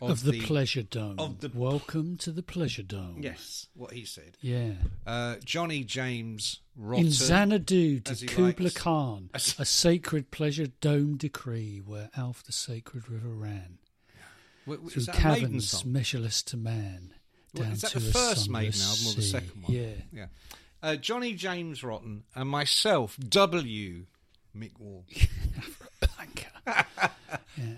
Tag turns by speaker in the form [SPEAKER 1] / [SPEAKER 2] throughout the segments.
[SPEAKER 1] of,
[SPEAKER 2] of the, pleasure dome.
[SPEAKER 1] of the-
[SPEAKER 2] Welcome to the pleasure dome.
[SPEAKER 1] Yes, what he said.
[SPEAKER 2] Yeah.
[SPEAKER 1] Uh, Johnny James Rotten.
[SPEAKER 2] In Xanadu
[SPEAKER 1] as he
[SPEAKER 2] to Kubla
[SPEAKER 1] writes.
[SPEAKER 2] Khan, a sacred pleasure dome decree where Alf the sacred river ran
[SPEAKER 1] W- w-
[SPEAKER 2] through
[SPEAKER 1] is that a Maiden
[SPEAKER 2] caverns
[SPEAKER 1] song?
[SPEAKER 2] measureless to man.
[SPEAKER 1] Well,
[SPEAKER 2] Down
[SPEAKER 1] is that
[SPEAKER 2] to
[SPEAKER 1] the
[SPEAKER 2] a
[SPEAKER 1] first Maiden
[SPEAKER 2] sunless
[SPEAKER 1] album or the
[SPEAKER 2] sea.
[SPEAKER 1] second one?
[SPEAKER 2] Yeah.
[SPEAKER 1] yeah. Uh, Johnny James Rotten and myself, W. Mick Wall.
[SPEAKER 2] Blanca.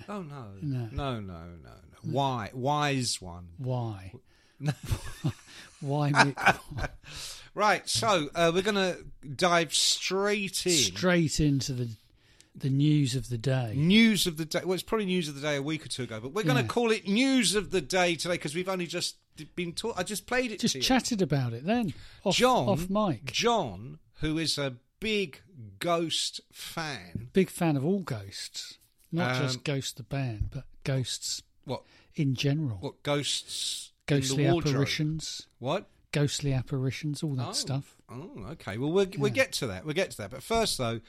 [SPEAKER 1] Oh no,
[SPEAKER 2] No.
[SPEAKER 1] no, no, no, no. Why, wise one.
[SPEAKER 2] Why? Why Mick?
[SPEAKER 1] Right, so uh, we're going to dive straight in.
[SPEAKER 2] Straight into the the news of the day.
[SPEAKER 1] News of the day. Well, it's probably news of the day a week or two ago, but we're going to
[SPEAKER 2] Yeah.
[SPEAKER 1] call it news of the day today because we've only just been taught. I just played it. to
[SPEAKER 2] Just
[SPEAKER 1] you.
[SPEAKER 2] chatted about it then. Off,
[SPEAKER 1] John,
[SPEAKER 2] off mic.
[SPEAKER 1] John, who is a big Ghost fan.
[SPEAKER 2] Big fan of all ghosts, not
[SPEAKER 1] Um,
[SPEAKER 2] just Ghost the band, but ghosts
[SPEAKER 1] What?
[SPEAKER 2] in general.
[SPEAKER 1] What ghosts? in the
[SPEAKER 2] Ghostly
[SPEAKER 1] wardrobe?
[SPEAKER 2] apparitions,
[SPEAKER 1] What?
[SPEAKER 2] ghostly apparitions, all that
[SPEAKER 1] Oh.
[SPEAKER 2] stuff.
[SPEAKER 1] Oh, okay. Well, we'll, we'll
[SPEAKER 2] Yeah.
[SPEAKER 1] get to that. We'll get to that. But first, though,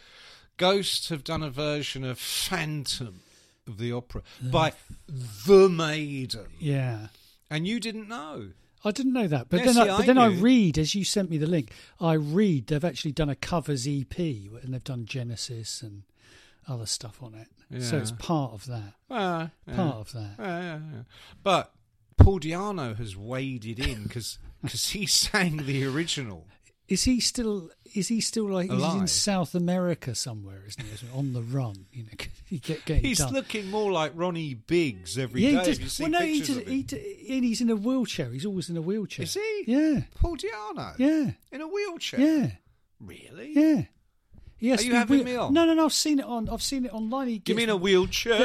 [SPEAKER 1] Ghosts have done a version of Phantom of the Opera by The Maiden.
[SPEAKER 2] Yeah.
[SPEAKER 1] And you didn't know.
[SPEAKER 2] I didn't know that, but
[SPEAKER 1] Yeah,
[SPEAKER 2] then
[SPEAKER 1] see,
[SPEAKER 2] I,
[SPEAKER 1] I
[SPEAKER 2] but then I
[SPEAKER 1] knew.
[SPEAKER 2] read as you sent me the link. I read they've actually done a covers EP and they've done Genesis and other stuff on it. So it's
[SPEAKER 1] Yeah.
[SPEAKER 2] part of that.
[SPEAKER 1] Ah, yeah.
[SPEAKER 2] Part of that.
[SPEAKER 1] Yeah, yeah, yeah. But Paul Diano has waded in because he sang the original.
[SPEAKER 2] Is he still? Is he still like? He's in
[SPEAKER 1] Alive.
[SPEAKER 2] South America somewhere, isn't he? Isn't he? On the run, you know. 'cause He get getting
[SPEAKER 1] He's
[SPEAKER 2] done.
[SPEAKER 1] looking more like Ronnie Biggs every day.
[SPEAKER 2] yeah,
[SPEAKER 1] Have
[SPEAKER 2] he
[SPEAKER 1] you
[SPEAKER 2] does.
[SPEAKER 1] seen
[SPEAKER 2] Well, no, he
[SPEAKER 1] pictures
[SPEAKER 2] does.
[SPEAKER 1] of
[SPEAKER 2] He,
[SPEAKER 1] him?
[SPEAKER 2] d- and he's in a wheelchair. He's always in a wheelchair.
[SPEAKER 1] Is he?
[SPEAKER 2] Yeah.
[SPEAKER 1] Paul Diano
[SPEAKER 2] Yeah.
[SPEAKER 1] in a wheelchair.
[SPEAKER 2] Yeah.
[SPEAKER 1] Really?
[SPEAKER 2] Yeah. Yes.
[SPEAKER 1] Are you having me on?
[SPEAKER 2] No, no, no. I've seen it on. I've seen it online. He
[SPEAKER 1] You
[SPEAKER 2] gets-
[SPEAKER 1] mean a wheelchair?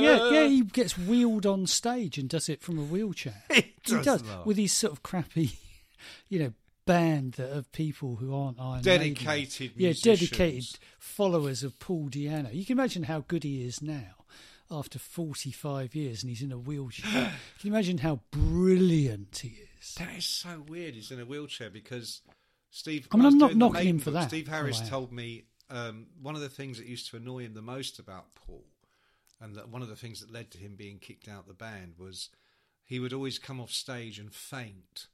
[SPEAKER 2] Yeah, yeah, yeah, He gets wheeled on stage and does it from a wheelchair.
[SPEAKER 1] He does that.
[SPEAKER 2] with his sort of crappy, you know, band that of people who aren't Iron Maiden.
[SPEAKER 1] Dedicated
[SPEAKER 2] Yeah, dedicated
[SPEAKER 1] musicians.
[SPEAKER 2] followers of Paul Diano. You can imagine how good he is now. After 45 years and he's in a wheelchair. Can you imagine how brilliant he is?
[SPEAKER 1] That is so weird. He's in a wheelchair because Steve.
[SPEAKER 2] I
[SPEAKER 1] when
[SPEAKER 2] mean, I'm
[SPEAKER 1] was
[SPEAKER 2] not
[SPEAKER 1] doing the
[SPEAKER 2] knocking him
[SPEAKER 1] Maiden
[SPEAKER 2] for
[SPEAKER 1] book,
[SPEAKER 2] that.
[SPEAKER 1] Steve Harris
[SPEAKER 2] Oh, wow.
[SPEAKER 1] told me um, one of the things that used to annoy him the most about Paul, and that one of the things that led to him being kicked out of the band was he would always come off stage and faint.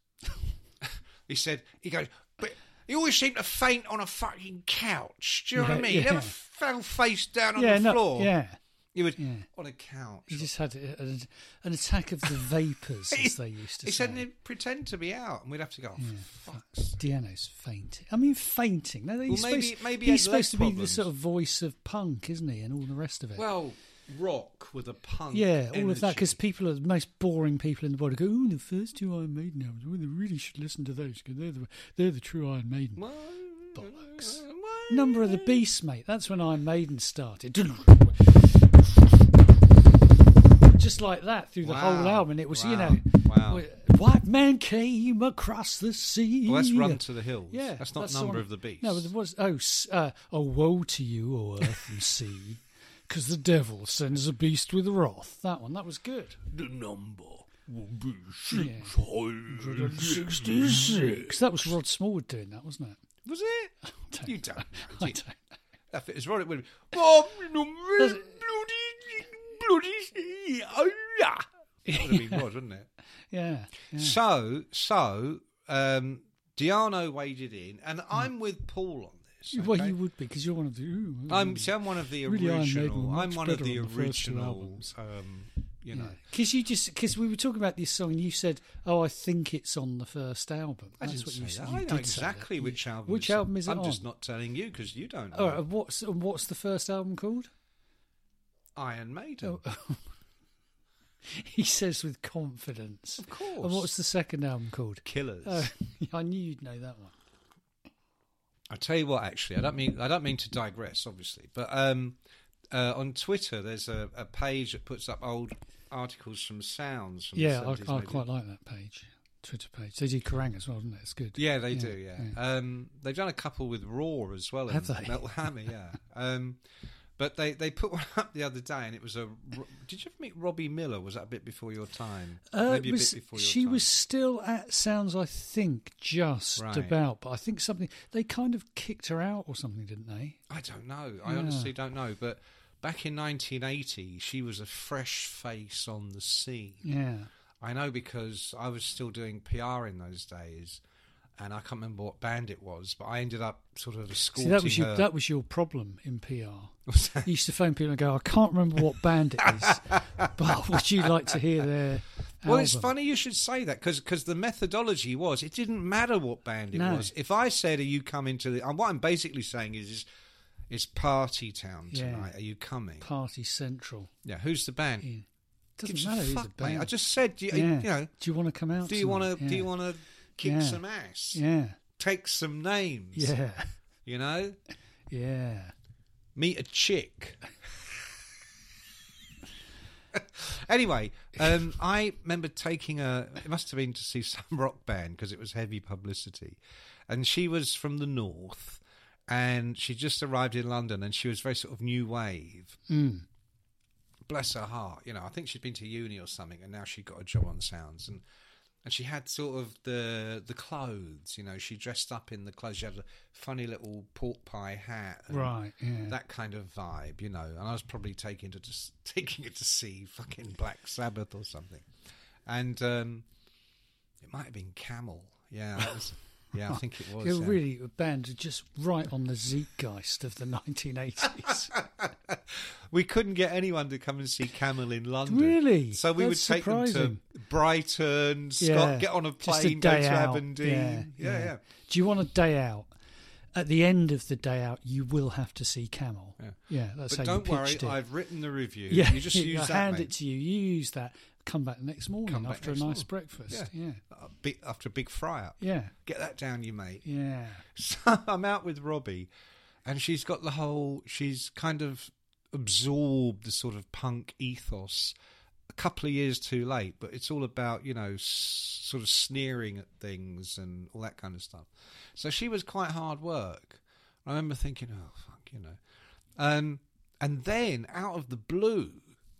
[SPEAKER 1] he said he goes, but he always seemed to faint on a fucking couch. Do you know what I
[SPEAKER 2] Yeah,
[SPEAKER 1] mean? He
[SPEAKER 2] yeah.
[SPEAKER 1] never fell face down on
[SPEAKER 2] yeah,
[SPEAKER 1] the
[SPEAKER 2] no,
[SPEAKER 1] floor.
[SPEAKER 2] yeah.
[SPEAKER 1] He would
[SPEAKER 2] yeah.
[SPEAKER 1] on a couch.
[SPEAKER 2] He just had a- an, an attack of the vapors, as they used to
[SPEAKER 1] he
[SPEAKER 2] say.
[SPEAKER 1] said he'd pretend to be out, and we'd have to go. Oh, for fuck's
[SPEAKER 2] Deano's fainting. I mean, fainting. No, he's
[SPEAKER 1] maybe-
[SPEAKER 2] supposed,
[SPEAKER 1] maybe he
[SPEAKER 2] he's
[SPEAKER 1] had leg
[SPEAKER 2] supposed to be the
[SPEAKER 1] problems.
[SPEAKER 2] sort of voice of punk, isn't he, and all the rest of it.
[SPEAKER 1] Well, rock with a punk.
[SPEAKER 2] yeah, all of that
[SPEAKER 1] energy.
[SPEAKER 2] because people are the most boring people in the world. Go, oh, the first two Iron Maiden albums. Well, they really should listen to those because they're the they're the true Iron Maiden.
[SPEAKER 1] Well,
[SPEAKER 2] Bollocks.
[SPEAKER 1] well,
[SPEAKER 2] Number of the Beast, mate. That's when Iron Maiden started. Just like that through the whole
[SPEAKER 1] Wow.
[SPEAKER 2] album. It was, you
[SPEAKER 1] Wow.
[SPEAKER 2] know,
[SPEAKER 1] Wow.
[SPEAKER 2] white man came across the sea.
[SPEAKER 1] Well, that's Run to the Hills.
[SPEAKER 2] Yeah,
[SPEAKER 1] that's not
[SPEAKER 2] that's
[SPEAKER 1] Number
[SPEAKER 2] one-
[SPEAKER 1] of the Beast.
[SPEAKER 2] No, but there was oh, s- uh, oh, woe to you, O earth and sea, because the devil sends a beast with wrath. That one, that was good.
[SPEAKER 1] the number will be
[SPEAKER 2] Yeah. Sixty-six. That was Rod Smallwood doing that, wasn't it?
[SPEAKER 1] Was it?
[SPEAKER 2] don't
[SPEAKER 1] You don't. know,
[SPEAKER 2] I
[SPEAKER 1] did
[SPEAKER 2] don't.
[SPEAKER 1] you?
[SPEAKER 2] know.
[SPEAKER 1] If it was wrong, it would be. Oh, number
[SPEAKER 2] Does
[SPEAKER 1] bloody, bloody sea. Oh, yeah. That would have been Rod, wouldn't it?
[SPEAKER 2] Yeah. yeah.
[SPEAKER 1] So, so, um, Diano waded in, and I'm with Paul on this. Okay?
[SPEAKER 2] Mm. Well, you would be because you're one of the. ooh,
[SPEAKER 1] I'm,
[SPEAKER 2] ooh.
[SPEAKER 1] see, I'm one of the
[SPEAKER 2] Really, Iron Maiden
[SPEAKER 1] original.
[SPEAKER 2] were
[SPEAKER 1] I'm
[SPEAKER 2] much
[SPEAKER 1] one of
[SPEAKER 2] better
[SPEAKER 1] the
[SPEAKER 2] on the first two
[SPEAKER 1] original.
[SPEAKER 2] albums.
[SPEAKER 1] Um, you know,
[SPEAKER 2] because you just because we were talking about this song, and you said, "Oh, I think it's on the first album."
[SPEAKER 1] I
[SPEAKER 2] That's
[SPEAKER 1] didn't
[SPEAKER 2] what
[SPEAKER 1] say
[SPEAKER 2] you
[SPEAKER 1] that.
[SPEAKER 2] said.
[SPEAKER 1] I
[SPEAKER 2] You
[SPEAKER 1] know
[SPEAKER 2] did say that.
[SPEAKER 1] exactly
[SPEAKER 2] Yeah.
[SPEAKER 1] which album.
[SPEAKER 2] Which
[SPEAKER 1] it's on.
[SPEAKER 2] album is it
[SPEAKER 1] I'm
[SPEAKER 2] on? Oh,
[SPEAKER 1] just not telling you because you don't. Know.
[SPEAKER 2] All right, what's what's the first album called?
[SPEAKER 1] Iron Maiden.
[SPEAKER 2] Oh, he says with confidence.
[SPEAKER 1] Of course.
[SPEAKER 2] And what's the second album called?
[SPEAKER 1] Killers.
[SPEAKER 2] Oh, I knew you'd know that one.
[SPEAKER 1] I tell you what, actually, I don't mean I don't mean to digress, obviously, but um, uh, on Twitter there's a, a page that puts up old articles from sounds. From the
[SPEAKER 2] yeah,
[SPEAKER 1] 70s,
[SPEAKER 2] I, I
[SPEAKER 1] maybe.
[SPEAKER 2] quite like that page, Twitter page. They do Kerrang as well, don't they? It's good.
[SPEAKER 1] Yeah, they do. Yeah, Um, they've done a couple with Raw as well.
[SPEAKER 2] Have
[SPEAKER 1] in
[SPEAKER 2] they?
[SPEAKER 1] Metal Hammer, yeah. um, but they they put one up the other day, and it was a. Ro- Did you ever meet Robbie Miller? Was that a bit before your time?
[SPEAKER 2] Uh,
[SPEAKER 1] Maybe
[SPEAKER 2] it was-
[SPEAKER 1] a bit before your
[SPEAKER 2] she
[SPEAKER 1] time.
[SPEAKER 2] was still at Sounds, I think, just
[SPEAKER 1] Right.
[SPEAKER 2] about. But I think something they kind of kicked her out or something, didn't they?
[SPEAKER 1] I don't know. I
[SPEAKER 2] Yeah.
[SPEAKER 1] honestly don't know. But back in 1980, she was a fresh face on the scene.
[SPEAKER 2] Yeah,
[SPEAKER 1] I know because I was still doing PR in those days, and I can't remember what band it was, but I ended up sort of
[SPEAKER 2] see,
[SPEAKER 1] escorting
[SPEAKER 2] that was your
[SPEAKER 1] her.
[SPEAKER 2] that was your problem in PR.
[SPEAKER 1] Was that-
[SPEAKER 2] You used to phone people and go, "I can't remember what band it is, but would you like to hear their?"
[SPEAKER 1] well, it's
[SPEAKER 2] album?"
[SPEAKER 1] funny you should say that because the methodology was it didn't matter what band it
[SPEAKER 2] No.
[SPEAKER 1] was. If I said, "Are you coming to the?" and what I'm basically saying is, is it's party town
[SPEAKER 2] Yeah.
[SPEAKER 1] tonight. Are you coming?
[SPEAKER 2] Party Central.
[SPEAKER 1] yeah. Who's the band?
[SPEAKER 2] Yeah. Doesn't
[SPEAKER 1] Gives a
[SPEAKER 2] matter who's
[SPEAKER 1] fuck,
[SPEAKER 2] the
[SPEAKER 1] mate.
[SPEAKER 2] band.
[SPEAKER 1] I just said, you,
[SPEAKER 2] yeah.
[SPEAKER 1] you know,
[SPEAKER 2] do you want to come out?
[SPEAKER 1] do you want to
[SPEAKER 2] tonight?
[SPEAKER 1] do you
[SPEAKER 2] Yeah.
[SPEAKER 1] want to kick
[SPEAKER 2] Yeah.
[SPEAKER 1] some ass?
[SPEAKER 2] Yeah,
[SPEAKER 1] Take some names.
[SPEAKER 2] yeah,
[SPEAKER 1] You know,
[SPEAKER 2] yeah.
[SPEAKER 1] meet a chick. anyway, um, I remember taking a. It must have been to see some rock band because it was heavy publicity, and she was from the north, and she just arrived in London, and she was very sort of new wave. Bless her heart, you know. I think she'd been to uni or something, and now she got a job on Sounds, and and she had sort of the the clothes, you know. She dressed up in the clothes. She had a funny little pork pie hat, and
[SPEAKER 2] Right. Yeah.
[SPEAKER 1] that kind of vibe, you know. And I was probably taking to just taking it to see fucking Black Sabbath or something, and um, it might have been Camel. Yeah, that was, yeah, I think it was. uh,
[SPEAKER 2] You're
[SPEAKER 1] yeah.
[SPEAKER 2] really a band just right on the zeitgeist of the 1980s.
[SPEAKER 1] we couldn't get anyone to come and see Camel in London.
[SPEAKER 2] Really?
[SPEAKER 1] So we
[SPEAKER 2] That's
[SPEAKER 1] would take them
[SPEAKER 2] surprising.
[SPEAKER 1] to Brighton, Scott,
[SPEAKER 2] Yeah,
[SPEAKER 1] get on a
[SPEAKER 2] just
[SPEAKER 1] plane, go
[SPEAKER 2] day
[SPEAKER 1] to
[SPEAKER 2] out.
[SPEAKER 1] Aberdeen. Yeah, yeah. yeah.
[SPEAKER 2] Do you want a day out? At the end of the day out, you will have to see Camel. Yeah, that's
[SPEAKER 1] But
[SPEAKER 2] how
[SPEAKER 1] don't
[SPEAKER 2] you
[SPEAKER 1] worry,
[SPEAKER 2] pitched it.
[SPEAKER 1] I've written the review.
[SPEAKER 2] yeah,
[SPEAKER 1] you just use
[SPEAKER 2] I
[SPEAKER 1] that.
[SPEAKER 2] hand
[SPEAKER 1] mate.
[SPEAKER 2] it to you. You use that. Come back the next morning
[SPEAKER 1] Come back
[SPEAKER 2] after a
[SPEAKER 1] next
[SPEAKER 2] nice
[SPEAKER 1] morning.
[SPEAKER 2] breakfast. Yeah.
[SPEAKER 1] A Uh, big- after a big fry up.
[SPEAKER 2] yeah,
[SPEAKER 1] Get that down, you mate.
[SPEAKER 2] yeah,
[SPEAKER 1] So I'm out with Robbie, and she's got the whole. She's kind of absorbed the sort of punk ethos. A couple of years too late, but it's all about you know s- sort of sneering at things and all that kind of stuff. So she was quite hard work. I remember thinking, oh fuck, you know. Um, and then out of the blue,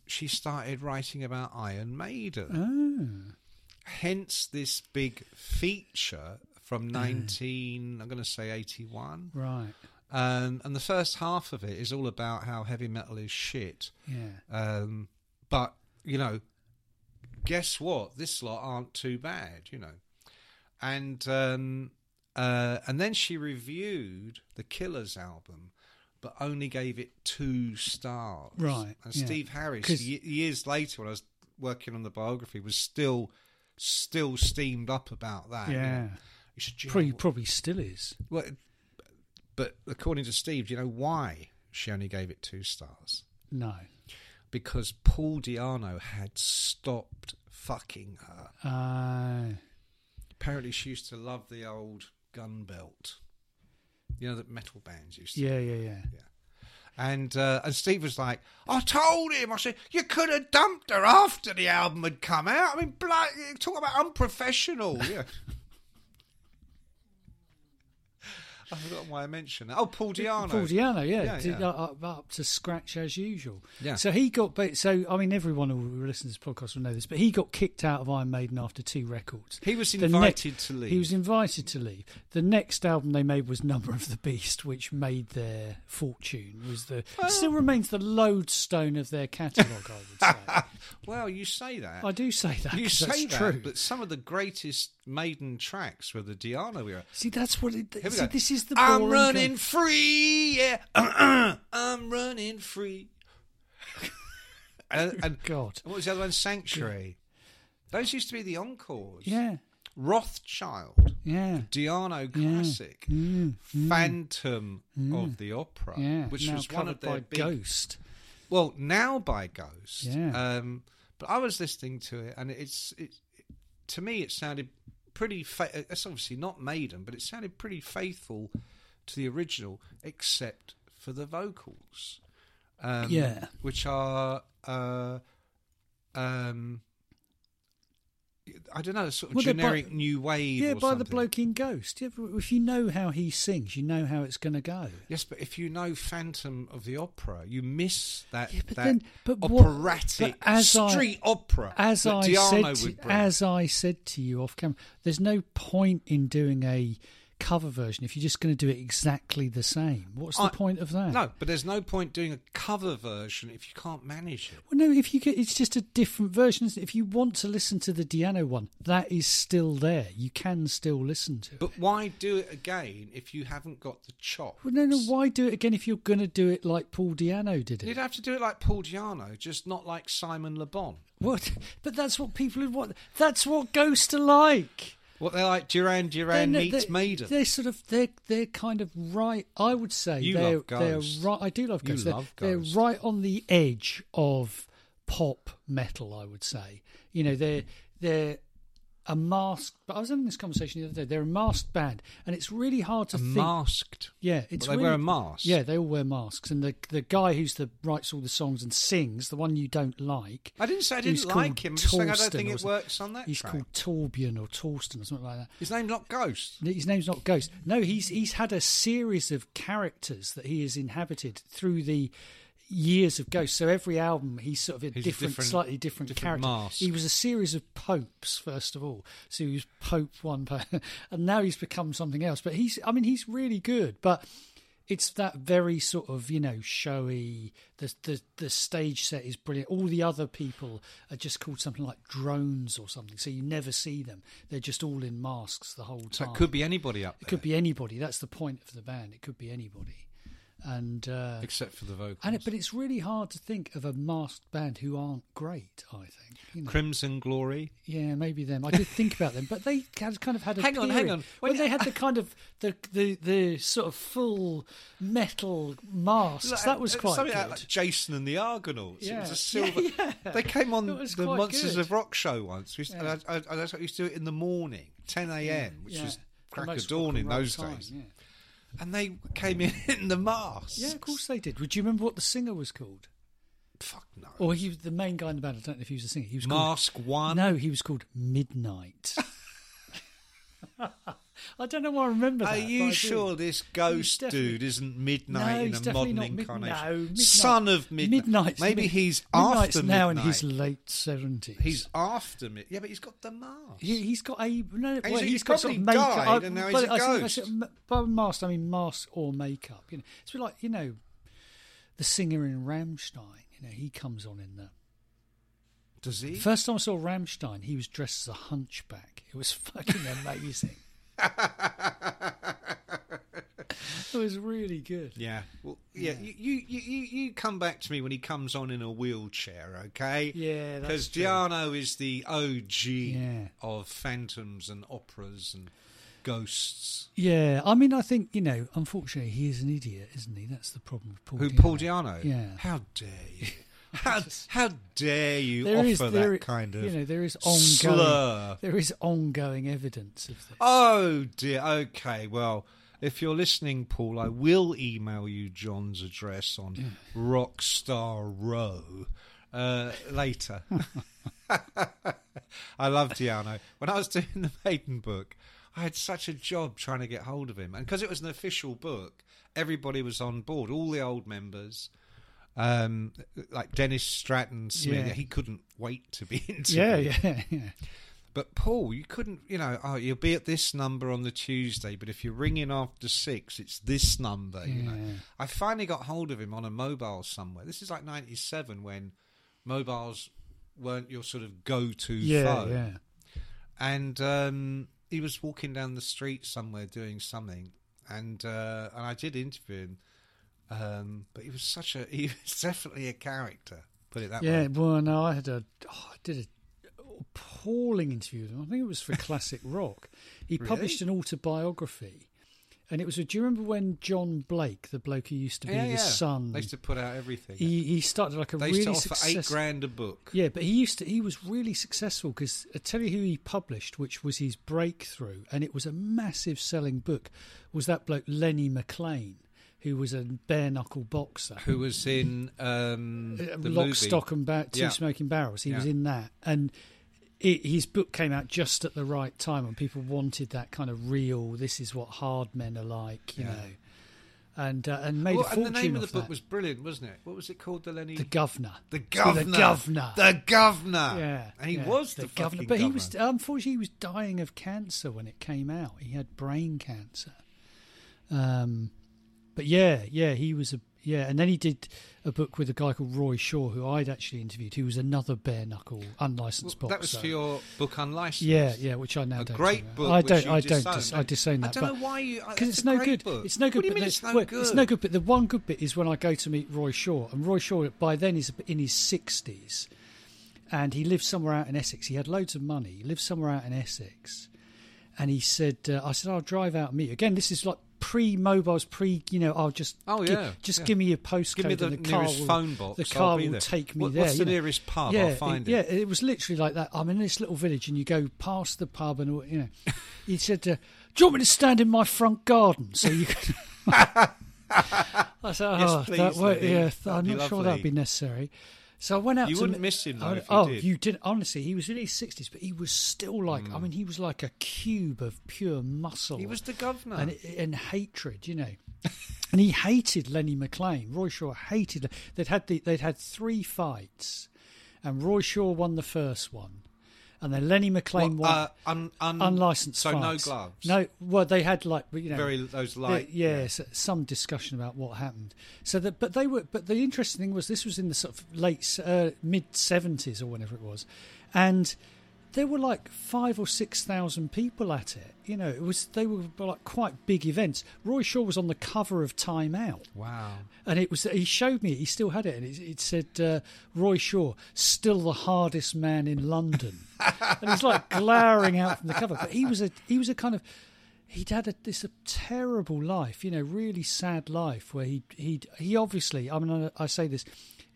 [SPEAKER 1] she started writing about Iron Maiden.
[SPEAKER 2] Oh,
[SPEAKER 1] Hence this big feature from 19, I'm going to say 81.
[SPEAKER 2] Right.
[SPEAKER 1] Um, and the first half of it is all about how heavy metal is shit.
[SPEAKER 2] Yeah.
[SPEAKER 1] Um, but, you know, guess what? This lot aren't too bad, you know. And um, uh, and then she reviewed the Killers album, but only gave it two stars.
[SPEAKER 2] Right,
[SPEAKER 1] And
[SPEAKER 2] yeah.
[SPEAKER 1] Steve Harris,
[SPEAKER 2] 'Cause-
[SPEAKER 1] y- years later, when I was working on the biography, was still still steamed up about that. you know.
[SPEAKER 2] Yeah.
[SPEAKER 1] He said, "Do you know
[SPEAKER 2] Probably,
[SPEAKER 1] what-
[SPEAKER 2] probably still is.
[SPEAKER 1] well, but according to Steve, do you know why she only gave it two stars?
[SPEAKER 2] No.
[SPEAKER 1] Because Paul Diano had stopped fucking her.
[SPEAKER 2] Uh,
[SPEAKER 1] Apparently, she used to love the old gun belt. You know that metal bands used to.
[SPEAKER 2] yeah, yeah, yeah.
[SPEAKER 1] And uh, and Steve was like, I told him. I said you could have dumped her after the album had come out. I mean, blood, talk about unprofessional. Yeah. I forgot why I mentioned that. Oh, Paul Diano.
[SPEAKER 2] Paul Diano, yeah,
[SPEAKER 1] Yeah,
[SPEAKER 2] did
[SPEAKER 1] yeah.
[SPEAKER 2] Up, up to scratch as usual.
[SPEAKER 1] Yeah.
[SPEAKER 2] So he got, ba- so I mean, everyone who listens to this podcast will know this, but he got kicked out of Iron Maiden after two records.
[SPEAKER 1] He was
[SPEAKER 2] The
[SPEAKER 1] invited
[SPEAKER 2] nec-
[SPEAKER 1] to leave.
[SPEAKER 2] He was invited to leave. The next album they made was Number of the Beast, which made their fortune. It Was the still remains the lodestone of their catalogue, I would say.
[SPEAKER 1] Well, you say that.
[SPEAKER 2] I do say that.
[SPEAKER 1] you
[SPEAKER 2] 'cause
[SPEAKER 1] say
[SPEAKER 2] that's
[SPEAKER 1] that,
[SPEAKER 2] true.
[SPEAKER 1] but some of the greatest maiden tracks were the Diana era.
[SPEAKER 2] See, that's what. It,
[SPEAKER 1] Here we
[SPEAKER 2] see,
[SPEAKER 1] go.
[SPEAKER 2] this is the.
[SPEAKER 1] I'm
[SPEAKER 2] boring
[SPEAKER 1] running
[SPEAKER 2] game.
[SPEAKER 1] free. Yeah, uh-uh. I'm running free. and, and
[SPEAKER 2] Oh, God.
[SPEAKER 1] what was the other one? Sanctuary. Those used to be the encores.
[SPEAKER 2] Yeah,
[SPEAKER 1] Rothschild,
[SPEAKER 2] yeah. Mm,
[SPEAKER 1] Diano classic, Phantom of the Opera,
[SPEAKER 2] Yeah,
[SPEAKER 1] which
[SPEAKER 2] now
[SPEAKER 1] was one of
[SPEAKER 2] covered
[SPEAKER 1] their
[SPEAKER 2] by
[SPEAKER 1] big
[SPEAKER 2] Ghost.
[SPEAKER 1] Well, now by Ghost.
[SPEAKER 2] Yeah.
[SPEAKER 1] Um, But I was listening to it, and it's it, it- to me it sounded pretty. Fa- it's obviously not Maiden, but it sounded pretty faithful to the original, except for the vocals. Um,
[SPEAKER 2] Yeah.
[SPEAKER 1] which are. Uh, um, I don't know, sort of
[SPEAKER 2] Well, they're bi-
[SPEAKER 1] generic new wave.
[SPEAKER 2] Yeah,
[SPEAKER 1] or
[SPEAKER 2] by the
[SPEAKER 1] something.
[SPEAKER 2] bloke in Ghost. Yeah, but if you know how he sings, you know how it's going to go.
[SPEAKER 1] Yes, but if you know Phantom of the Opera, you miss that,
[SPEAKER 2] Yeah, but
[SPEAKER 1] that
[SPEAKER 2] then- but what-
[SPEAKER 1] operatic
[SPEAKER 2] but as I-
[SPEAKER 1] street opera
[SPEAKER 2] As
[SPEAKER 1] that
[SPEAKER 2] I
[SPEAKER 1] Diano
[SPEAKER 2] said,
[SPEAKER 1] would
[SPEAKER 2] to,
[SPEAKER 1] bring.
[SPEAKER 2] as I said to you off camera, there's no point in doing a cover version if you're just going to do it exactly the same. What's the
[SPEAKER 1] I-
[SPEAKER 2] point of that?
[SPEAKER 1] No, but there's no point doing a cover version if you can't manage it.
[SPEAKER 2] Well, no, if you get, it's just a different version. Isn't it? If you want to listen to the Diano one, that is still there. You can still listen to it.
[SPEAKER 1] But why do it again if you haven't got the chops?
[SPEAKER 2] Well, no, no. Why do it again if you're going to do it like Paul Diano did
[SPEAKER 1] You'd
[SPEAKER 2] it?
[SPEAKER 1] have to do it like Paul Giano, just not like Simon Le Bon.
[SPEAKER 2] What? But that's what people would want. That's what Ghost are like.
[SPEAKER 1] What they're like Duran Duran
[SPEAKER 2] They're-
[SPEAKER 1] meets
[SPEAKER 2] they're-
[SPEAKER 1] Maiden.
[SPEAKER 2] They're sort of they're th're kind of right. I would say
[SPEAKER 1] You
[SPEAKER 2] they're
[SPEAKER 1] love Ghost.
[SPEAKER 2] they're right. I do love
[SPEAKER 1] You
[SPEAKER 2] Ghost. they're,
[SPEAKER 1] love
[SPEAKER 2] they're
[SPEAKER 1] Ghost.
[SPEAKER 2] right on the edge of pop metal. I would say. You know they're they're a masked. But I was having this conversation the other day. They're a masked band, and it's really hard to
[SPEAKER 1] Are
[SPEAKER 2] think.
[SPEAKER 1] masked.
[SPEAKER 2] Yeah, it's
[SPEAKER 1] Well, they
[SPEAKER 2] really,
[SPEAKER 1] wear a mask.
[SPEAKER 2] Yeah, they all wear masks, and the the guy who's the writes all the songs and sings, the one you don't like.
[SPEAKER 1] I didn't say I
[SPEAKER 2] who's
[SPEAKER 1] didn't like
[SPEAKER 2] called
[SPEAKER 1] him. I'm just saying I don't
[SPEAKER 2] Torsten
[SPEAKER 1] think
[SPEAKER 2] or
[SPEAKER 1] it
[SPEAKER 2] something.
[SPEAKER 1] works on that
[SPEAKER 2] He's
[SPEAKER 1] track.
[SPEAKER 2] called Torbjorn or Torsten or something like that.
[SPEAKER 1] His name's not Ghost.
[SPEAKER 2] His name's not Ghost. No, he's he's had a series of characters that he has inhabited through the years of Ghost. So every album, he's sort of a
[SPEAKER 1] He's a
[SPEAKER 2] different,
[SPEAKER 1] different-
[SPEAKER 2] slightly different,
[SPEAKER 1] different
[SPEAKER 2] character.
[SPEAKER 1] mask.
[SPEAKER 2] He was a series of popes first of all. So he was Pope one, pope, and now he's become something else. But he's, I mean, he's really good. But it's that very sort of you know showy. The the the stage set is brilliant. All the other people are just called something like drones or something. So you never see them. They're just all in masks the whole
[SPEAKER 1] So
[SPEAKER 2] time.
[SPEAKER 1] it could be anybody up there.
[SPEAKER 2] It could be anybody. That's the point of the band. It could be anybody, and uh,
[SPEAKER 1] except for the vocals.
[SPEAKER 2] and it, but it's really hard to think of a masked band who aren't great. I think. You know.
[SPEAKER 1] Crimson Glory.
[SPEAKER 2] yeah, maybe them. I did think about them, but they had kind of had a
[SPEAKER 1] Hang on, hang
[SPEAKER 2] period
[SPEAKER 1] on. When
[SPEAKER 2] When they
[SPEAKER 1] you-
[SPEAKER 2] had the kind of the the, the sort of full metal masks, that was
[SPEAKER 1] Like, uh,
[SPEAKER 2] quite
[SPEAKER 1] something
[SPEAKER 2] good.
[SPEAKER 1] Like, like Jason and the Argonauts. It was
[SPEAKER 2] Yeah.
[SPEAKER 1] a silver.
[SPEAKER 2] Yeah, yeah.
[SPEAKER 1] They came on
[SPEAKER 2] It was
[SPEAKER 1] the
[SPEAKER 2] quite
[SPEAKER 1] Monsters
[SPEAKER 2] good.
[SPEAKER 1] of Rock show once. We used,
[SPEAKER 2] Yeah.
[SPEAKER 1] and I, I, I just used to do it in the morning, 10 a.m., which
[SPEAKER 2] Yeah.
[SPEAKER 1] was
[SPEAKER 2] The
[SPEAKER 1] crack
[SPEAKER 2] most
[SPEAKER 1] of
[SPEAKER 2] rock
[SPEAKER 1] dawn
[SPEAKER 2] and
[SPEAKER 1] in
[SPEAKER 2] roll
[SPEAKER 1] those
[SPEAKER 2] time,
[SPEAKER 1] days.
[SPEAKER 2] Yeah.
[SPEAKER 1] And they came in in the masks.
[SPEAKER 2] yeah, of course they did. Would you remember what the singer was called?
[SPEAKER 1] Fuck no.
[SPEAKER 2] Or he was the main guy in the band. I don't know if he was a singer. He was called
[SPEAKER 1] Mask one.
[SPEAKER 2] No, he was called Midnight. I don't know why I remember that.
[SPEAKER 1] Are
[SPEAKER 2] but I
[SPEAKER 1] you
[SPEAKER 2] do.
[SPEAKER 1] sure this ghost
[SPEAKER 2] He's definitely-
[SPEAKER 1] dude isn't midnight
[SPEAKER 2] No,
[SPEAKER 1] in
[SPEAKER 2] he's
[SPEAKER 1] a
[SPEAKER 2] definitely
[SPEAKER 1] modern
[SPEAKER 2] not Mid-
[SPEAKER 1] incarnation?
[SPEAKER 2] no, Midnight-
[SPEAKER 1] Son of midnight.
[SPEAKER 2] Midnight's
[SPEAKER 1] Maybe
[SPEAKER 2] mid-
[SPEAKER 1] he's
[SPEAKER 2] Midnight's
[SPEAKER 1] after
[SPEAKER 2] now
[SPEAKER 1] midnight.
[SPEAKER 2] in his late seventies.
[SPEAKER 1] He's after midnight. Yeah, but he's got the mask.
[SPEAKER 2] he, he's got a no.
[SPEAKER 1] he's-
[SPEAKER 2] well,
[SPEAKER 1] he's
[SPEAKER 2] got sort of
[SPEAKER 1] probably
[SPEAKER 2] makeup.
[SPEAKER 1] died and now he's
[SPEAKER 2] but
[SPEAKER 1] a
[SPEAKER 2] I said- I
[SPEAKER 1] ghost.
[SPEAKER 2] said ma- by mask, I mean mask or makeup. You know, it's a bit like you know, the singer in Ramstein. You know, he comes on in that.
[SPEAKER 1] Does he?
[SPEAKER 2] First time I saw Ramstein, he was dressed as a hunchback. It was fucking amazing. it was really good.
[SPEAKER 1] Yeah. Well, yeah. You, you, you, you- you come back to me when he comes on in a wheelchair, okay?
[SPEAKER 2] Yeah, that's
[SPEAKER 1] Because
[SPEAKER 2] true.
[SPEAKER 1] Giano is the OG
[SPEAKER 2] Yeah.
[SPEAKER 1] of phantoms and operas and ghosts.
[SPEAKER 2] Yeah, I mean, I think you know. Unfortunately, he is an idiot, isn't he? That's the problem with Paul.
[SPEAKER 1] Who
[SPEAKER 2] Diano.
[SPEAKER 1] Paul Giano?
[SPEAKER 2] Yeah.
[SPEAKER 1] How dare you? How, how dare you
[SPEAKER 2] There
[SPEAKER 1] offer
[SPEAKER 2] is
[SPEAKER 1] that
[SPEAKER 2] there-
[SPEAKER 1] kind of
[SPEAKER 2] you know there is ongoing
[SPEAKER 1] slur?
[SPEAKER 2] there is ongoing evidence of this.
[SPEAKER 1] Oh dear. Okay. Well, if you're listening, Paul, I will email you John's address on Rockstar Row uh, later. I love Diano. When I was doing the Maiden book, I had such a job trying to get hold of him, and because it was an official book, everybody was on board. All the old members. Um, like Dennis Stratton Smith,
[SPEAKER 2] Yeah.
[SPEAKER 1] he couldn't wait to be interviewed.
[SPEAKER 2] Yeah, yeah, yeah.
[SPEAKER 1] But Paul, you couldn't, you know, oh, you'll be at this number on the Tuesday, but if you're ringing after six, it's this number, you know.
[SPEAKER 2] Yeah.
[SPEAKER 1] I finally got hold of him on a mobile somewhere. This is like 97 when mobiles weren't your sort of go to
[SPEAKER 2] Yeah,
[SPEAKER 1] phone.
[SPEAKER 2] yeah.
[SPEAKER 1] And um, he was walking down the street somewhere doing something. And, uh, and I did interview him, um, but he was such a, he was definitely a character, put it that
[SPEAKER 2] Yeah,
[SPEAKER 1] way.
[SPEAKER 2] well, no, I had a, oh, I did a appalling interview with him. I think it was for Classic Rock. He published an autobiography And it was. Do you remember when John Blake, the bloke who used to be
[SPEAKER 1] yeah,
[SPEAKER 2] the
[SPEAKER 1] yeah.
[SPEAKER 2] son,
[SPEAKER 1] They used to put out everything.
[SPEAKER 2] he, he started like a
[SPEAKER 1] they
[SPEAKER 2] really
[SPEAKER 1] used to offer eight
[SPEAKER 2] success-
[SPEAKER 1] grand a book.
[SPEAKER 2] Yeah, but he used to. He was really successful because I tell you who he published, which was his breakthrough, and it was a massive selling book. Was that bloke Lenny McLean, who was a bare knuckle boxer,
[SPEAKER 1] Who was in um,
[SPEAKER 2] Uh,
[SPEAKER 1] the
[SPEAKER 2] Lock,
[SPEAKER 1] movie?
[SPEAKER 2] Stock and Barrel, Two
[SPEAKER 1] Yeah.
[SPEAKER 2] Smoking Barrels. He was
[SPEAKER 1] Yeah.
[SPEAKER 2] in that, and it, his book came out just at the right time, and people wanted that kind of real. This is what hard men are like, you
[SPEAKER 1] Yeah.
[SPEAKER 2] know, and uh, and made
[SPEAKER 1] Well,
[SPEAKER 2] a
[SPEAKER 1] and
[SPEAKER 2] fortune
[SPEAKER 1] the name of
[SPEAKER 2] off
[SPEAKER 1] the book
[SPEAKER 2] that.
[SPEAKER 1] was brilliant, wasn't it? What was it called? The Lenny.
[SPEAKER 2] the governor.
[SPEAKER 1] The
[SPEAKER 2] So
[SPEAKER 1] governor.
[SPEAKER 2] The governor.
[SPEAKER 1] The governor.
[SPEAKER 2] Yeah,
[SPEAKER 1] And he
[SPEAKER 2] yeah,
[SPEAKER 1] was the, fucking
[SPEAKER 2] but he was unfortunately he was dying of cancer when it came out. He had brain cancer. Um, but yeah, yeah, he was a yeah, and then he did a book with a guy called Roy Shaw, who I'd actually interviewed, who was another bare knuckle unlicensed
[SPEAKER 1] Well,
[SPEAKER 2] boxer.
[SPEAKER 1] that was for your book unlicensed.
[SPEAKER 2] yeah, yeah, which I now
[SPEAKER 1] A
[SPEAKER 2] don't.
[SPEAKER 1] great
[SPEAKER 2] care
[SPEAKER 1] book.
[SPEAKER 2] I
[SPEAKER 1] which
[SPEAKER 2] don't.
[SPEAKER 1] you
[SPEAKER 2] I don't.
[SPEAKER 1] disown.
[SPEAKER 2] Dis- I disown that.
[SPEAKER 1] I
[SPEAKER 2] but,
[SPEAKER 1] don't know why you. uh,
[SPEAKER 2] because it's no good. It's no good.
[SPEAKER 1] What do you
[SPEAKER 2] but
[SPEAKER 1] mean
[SPEAKER 2] the-
[SPEAKER 1] it's no
[SPEAKER 2] well,
[SPEAKER 1] good?
[SPEAKER 2] It's no good. But the one good bit is when I go to meet Roy Shaw, and Roy Shaw by then is in his sixties, and he lived somewhere out in Essex. He had loads of money. He lived somewhere out in Essex, and he said, uh, "I said I'll drive out and meet you." Again, this is like pre-mobiles, pre. You know, I'll just.
[SPEAKER 1] Oh,
[SPEAKER 2] gi-
[SPEAKER 1] yeah,
[SPEAKER 2] just
[SPEAKER 1] yeah.
[SPEAKER 2] give me your postcode.
[SPEAKER 1] Give me the,
[SPEAKER 2] and the car
[SPEAKER 1] nearest
[SPEAKER 2] will,
[SPEAKER 1] phone box.
[SPEAKER 2] The
[SPEAKER 1] I'll
[SPEAKER 2] car
[SPEAKER 1] be
[SPEAKER 2] will
[SPEAKER 1] there.
[SPEAKER 2] take me
[SPEAKER 1] What-
[SPEAKER 2] there.
[SPEAKER 1] What's
[SPEAKER 2] you
[SPEAKER 1] the
[SPEAKER 2] know.
[SPEAKER 1] nearest pub?
[SPEAKER 2] Yeah,
[SPEAKER 1] I'll find
[SPEAKER 2] yeah,
[SPEAKER 1] it.
[SPEAKER 2] it was literally like that. I'm in this little village, and you go past the pub, and all- you know, he said, uh, "Do you want me to stand in my front garden so you?" Can... I said,
[SPEAKER 1] Yes,
[SPEAKER 2] "Oh,
[SPEAKER 1] please,
[SPEAKER 2] that won't,
[SPEAKER 1] Lenny.
[SPEAKER 2] yeah, th-
[SPEAKER 1] That'd
[SPEAKER 2] I'm
[SPEAKER 1] be
[SPEAKER 2] not sure that'd
[SPEAKER 1] lovely."
[SPEAKER 2] be necessary." So I went out.
[SPEAKER 1] You
[SPEAKER 2] to
[SPEAKER 1] wouldn't
[SPEAKER 2] me-
[SPEAKER 1] miss him, though,
[SPEAKER 2] I-
[SPEAKER 1] if you
[SPEAKER 2] oh,
[SPEAKER 1] did. Hmm.
[SPEAKER 2] you didn't. Honestly, he was in his sixties, but he was still like. I mean, he was like a cube of pure muscle
[SPEAKER 1] He was the governor.
[SPEAKER 2] and and hatred, you know. and he hated Lenny McLean. Roy Shaw hated. They'd had the, they'd had three fights, and Roy Shaw won the first one, and then Lenny McLean
[SPEAKER 1] What,
[SPEAKER 2] won
[SPEAKER 1] uh, un- un-
[SPEAKER 2] unlicensed.
[SPEAKER 1] So
[SPEAKER 2] fights.
[SPEAKER 1] no gloves.
[SPEAKER 2] No, well they had like you know
[SPEAKER 1] Very those light.
[SPEAKER 2] the- yeah, so- some discussion about what happened. So that, but they were, but the interesting thing was this was in the sort of late s- uh, mid seventies or whenever it was, and there were like five or six thousand people at it. You know, it was they were like quite big events. Roy Shaw was on the cover of Time Out
[SPEAKER 1] Wow.
[SPEAKER 2] and it was he showed me it, he still had it and it, it said uh, roy shaw still the hardest man in london and he's like glowering out from the cover but he was a he was a kind of he'd had a, this a terrible life you know really sad life where he he he obviously i mean i, I say this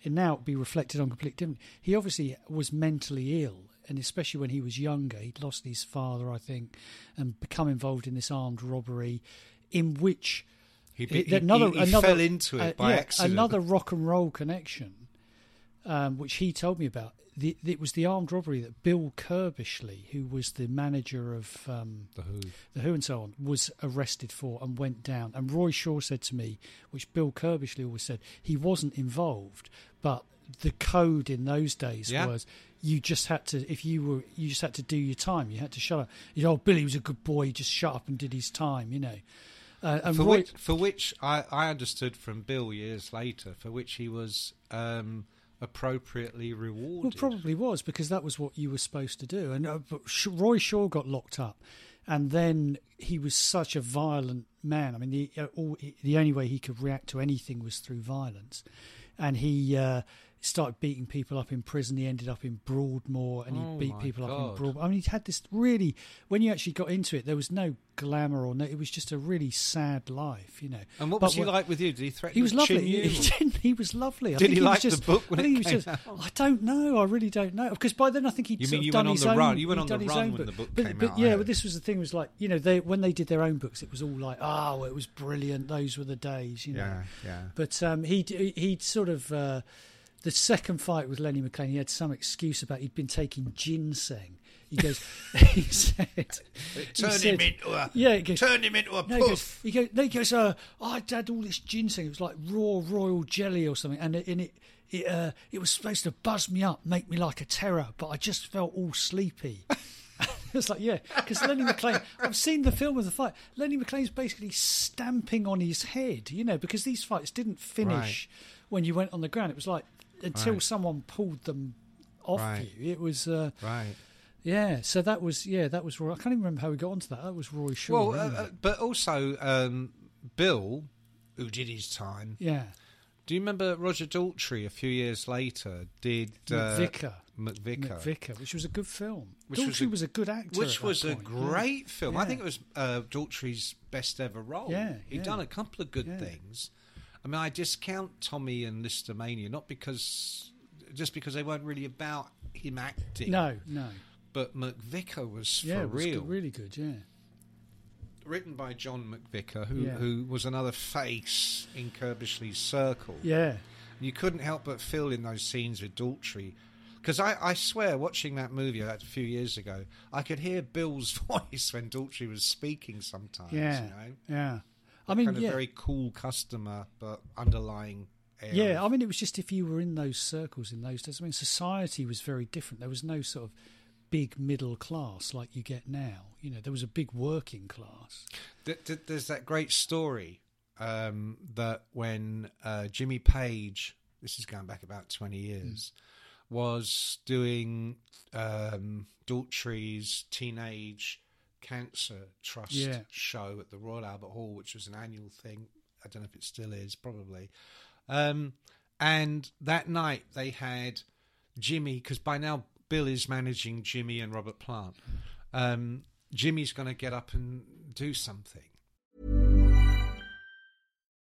[SPEAKER 2] and now it'd be reflected on completely different he obviously was mentally ill and especially when he was younger he'd lost his father i think and become involved in this armed robbery in which
[SPEAKER 1] He,
[SPEAKER 2] it-
[SPEAKER 1] he,
[SPEAKER 2] another,
[SPEAKER 1] he, he
[SPEAKER 2] another,
[SPEAKER 1] fell into it
[SPEAKER 2] uh,
[SPEAKER 1] by
[SPEAKER 2] yeah,
[SPEAKER 1] accident.
[SPEAKER 2] Another rock and roll connection, um, which he told me about. The, it was the armed robbery that Bill Kirbishley, who was the manager of um,
[SPEAKER 1] The Who.
[SPEAKER 2] the Who and so on, was arrested for and went down. And Roy Shaw said to me, which Bill Kirbishley always said, he wasn't involved, but the code in those days
[SPEAKER 1] Yeah.
[SPEAKER 2] was you just had to if you were you just had to do your time you had to shut up you know oh, billy was a good boy he just shut up and did his time you know uh, and
[SPEAKER 1] for
[SPEAKER 2] Roy,
[SPEAKER 1] which, for which I, I understood from Bill years later, for which he was um, appropriately rewarded.
[SPEAKER 2] Well, probably was because that was what you were supposed to do. And uh, but Sh- Roy Shaw got locked up, and then he was such a violent man. I mean, the uh, all, the only way he could react to anything was through violence, and he uh, started beating people up in prison. He ended up in Broadmoor, and he
[SPEAKER 1] Oh
[SPEAKER 2] beat
[SPEAKER 1] my
[SPEAKER 2] people up in
[SPEAKER 1] God.
[SPEAKER 2] Broadmoor. I mean, he had this really. When you actually got into it, there was no glamour or no. It was just a really sad life, you know.
[SPEAKER 1] and what
[SPEAKER 2] But
[SPEAKER 1] was he
[SPEAKER 2] what-
[SPEAKER 1] like with you? Did he threaten
[SPEAKER 2] he was
[SPEAKER 1] to
[SPEAKER 2] lovely.
[SPEAKER 1] chin you?
[SPEAKER 2] He, he didn't. He was lovely. I
[SPEAKER 1] Did
[SPEAKER 2] think
[SPEAKER 1] he
[SPEAKER 2] was
[SPEAKER 1] like the
[SPEAKER 2] just-
[SPEAKER 1] book when
[SPEAKER 2] I think
[SPEAKER 1] it
[SPEAKER 2] he was
[SPEAKER 1] came
[SPEAKER 2] just, I don't know. I really don't know because by then I think he'd
[SPEAKER 1] You
[SPEAKER 2] sort
[SPEAKER 1] mean
[SPEAKER 2] of
[SPEAKER 1] you
[SPEAKER 2] done
[SPEAKER 1] went on
[SPEAKER 2] his
[SPEAKER 1] the
[SPEAKER 2] own,
[SPEAKER 1] run- you went
[SPEAKER 2] he'd
[SPEAKER 1] on the
[SPEAKER 2] done his
[SPEAKER 1] run
[SPEAKER 2] own
[SPEAKER 1] when the book
[SPEAKER 2] but,
[SPEAKER 1] came
[SPEAKER 2] but
[SPEAKER 1] out, I
[SPEAKER 2] yeah,
[SPEAKER 1] heard.
[SPEAKER 2] but this was the thing. Was like you know they when they did their own books, it was all like oh, it was brilliant. Those were the days. You know.
[SPEAKER 1] Yeah, yeah.
[SPEAKER 2] But um, he he'd sort of uh, the second fight with Lenny McLean. He had some excuse about he'd been taking ginseng. He goes, he said,
[SPEAKER 1] Turn
[SPEAKER 2] he
[SPEAKER 1] him
[SPEAKER 2] said-
[SPEAKER 1] into a
[SPEAKER 2] yeah, he goes,
[SPEAKER 1] turn him into a
[SPEAKER 2] no, he goes,
[SPEAKER 1] puff.
[SPEAKER 2] he goes, no, he goes uh, I had all this ginseng. It was like raw royal jelly or something, and it, and it, it, uh, it was supposed to buzz me up, make me like a terror, but I just felt all sleepy. it's like, yeah, because Lenny McLean, I've seen the film of the fight. Lenny McLean's basically stamping on his head, you know, because these fights didn't finish when you went on the ground. It was like until
[SPEAKER 1] Right.
[SPEAKER 2] someone pulled them off
[SPEAKER 1] Right.
[SPEAKER 2] you. It was, uh,
[SPEAKER 1] Right.
[SPEAKER 2] yeah. So that was, yeah, that was Roy. I can't even remember how we got onto that. That was Roy Shaw.
[SPEAKER 1] Well, uh,
[SPEAKER 2] wasn't it?
[SPEAKER 1] uh, but also um, Bill, who did his time,
[SPEAKER 2] yeah.
[SPEAKER 1] Do you remember Roger Daltrey a few years later did uh,
[SPEAKER 2] McVicker.
[SPEAKER 1] McVicker,
[SPEAKER 2] McVicker, which was a good film.
[SPEAKER 1] Which
[SPEAKER 2] Daltrey
[SPEAKER 1] was
[SPEAKER 2] was
[SPEAKER 1] a-
[SPEAKER 2] a, good actor.
[SPEAKER 1] which
[SPEAKER 2] at that
[SPEAKER 1] was a
[SPEAKER 2] point.
[SPEAKER 1] great film. I
[SPEAKER 2] Yeah.
[SPEAKER 1] think it was uh, Daltrey's best ever role.
[SPEAKER 2] Yeah,
[SPEAKER 1] he'd
[SPEAKER 2] yeah.
[SPEAKER 1] done a couple of good
[SPEAKER 2] Yeah.
[SPEAKER 1] things. I mean, I discount Tommy and Listermania not because just because they weren't really about him acting.
[SPEAKER 2] No, no.
[SPEAKER 1] but McVicker was
[SPEAKER 2] Yeah,
[SPEAKER 1] for
[SPEAKER 2] it was
[SPEAKER 1] real.
[SPEAKER 2] Good, really good. Yeah.
[SPEAKER 1] Written by John McVicker, who
[SPEAKER 2] Yeah.
[SPEAKER 1] who was another face in Kirbishley's circle.
[SPEAKER 2] Yeah.
[SPEAKER 1] You couldn't help but feel in those scenes with Daltrey. Because I, I swear, watching that movie a few years ago, I could hear Bill's voice when Daltrey was speaking sometimes.
[SPEAKER 2] Yeah.
[SPEAKER 1] You know?
[SPEAKER 2] Yeah. I mean,
[SPEAKER 1] kind of
[SPEAKER 2] yeah.
[SPEAKER 1] very cool customer, but underlying. air
[SPEAKER 2] Yeah, I
[SPEAKER 1] of-
[SPEAKER 2] mean, it was just if you were in those circles in those days. I mean, society was very different. There was no sort of big middle class like you get now. You know, there was a big working class.
[SPEAKER 1] Th- th- there's that great story um, that when uh, Jimmy Page, this is going back about 20 years, was doing um, Daltrey's Teenage Cancer Trust
[SPEAKER 2] Yeah.
[SPEAKER 1] show at the Royal Albert Hall, which was an annual thing. I don't know if it still is, probably. Um, and that night they had Jimmy, because by now Bill is managing Jimmy and Robert Plant. Um, Jimmy's going to get up and do something.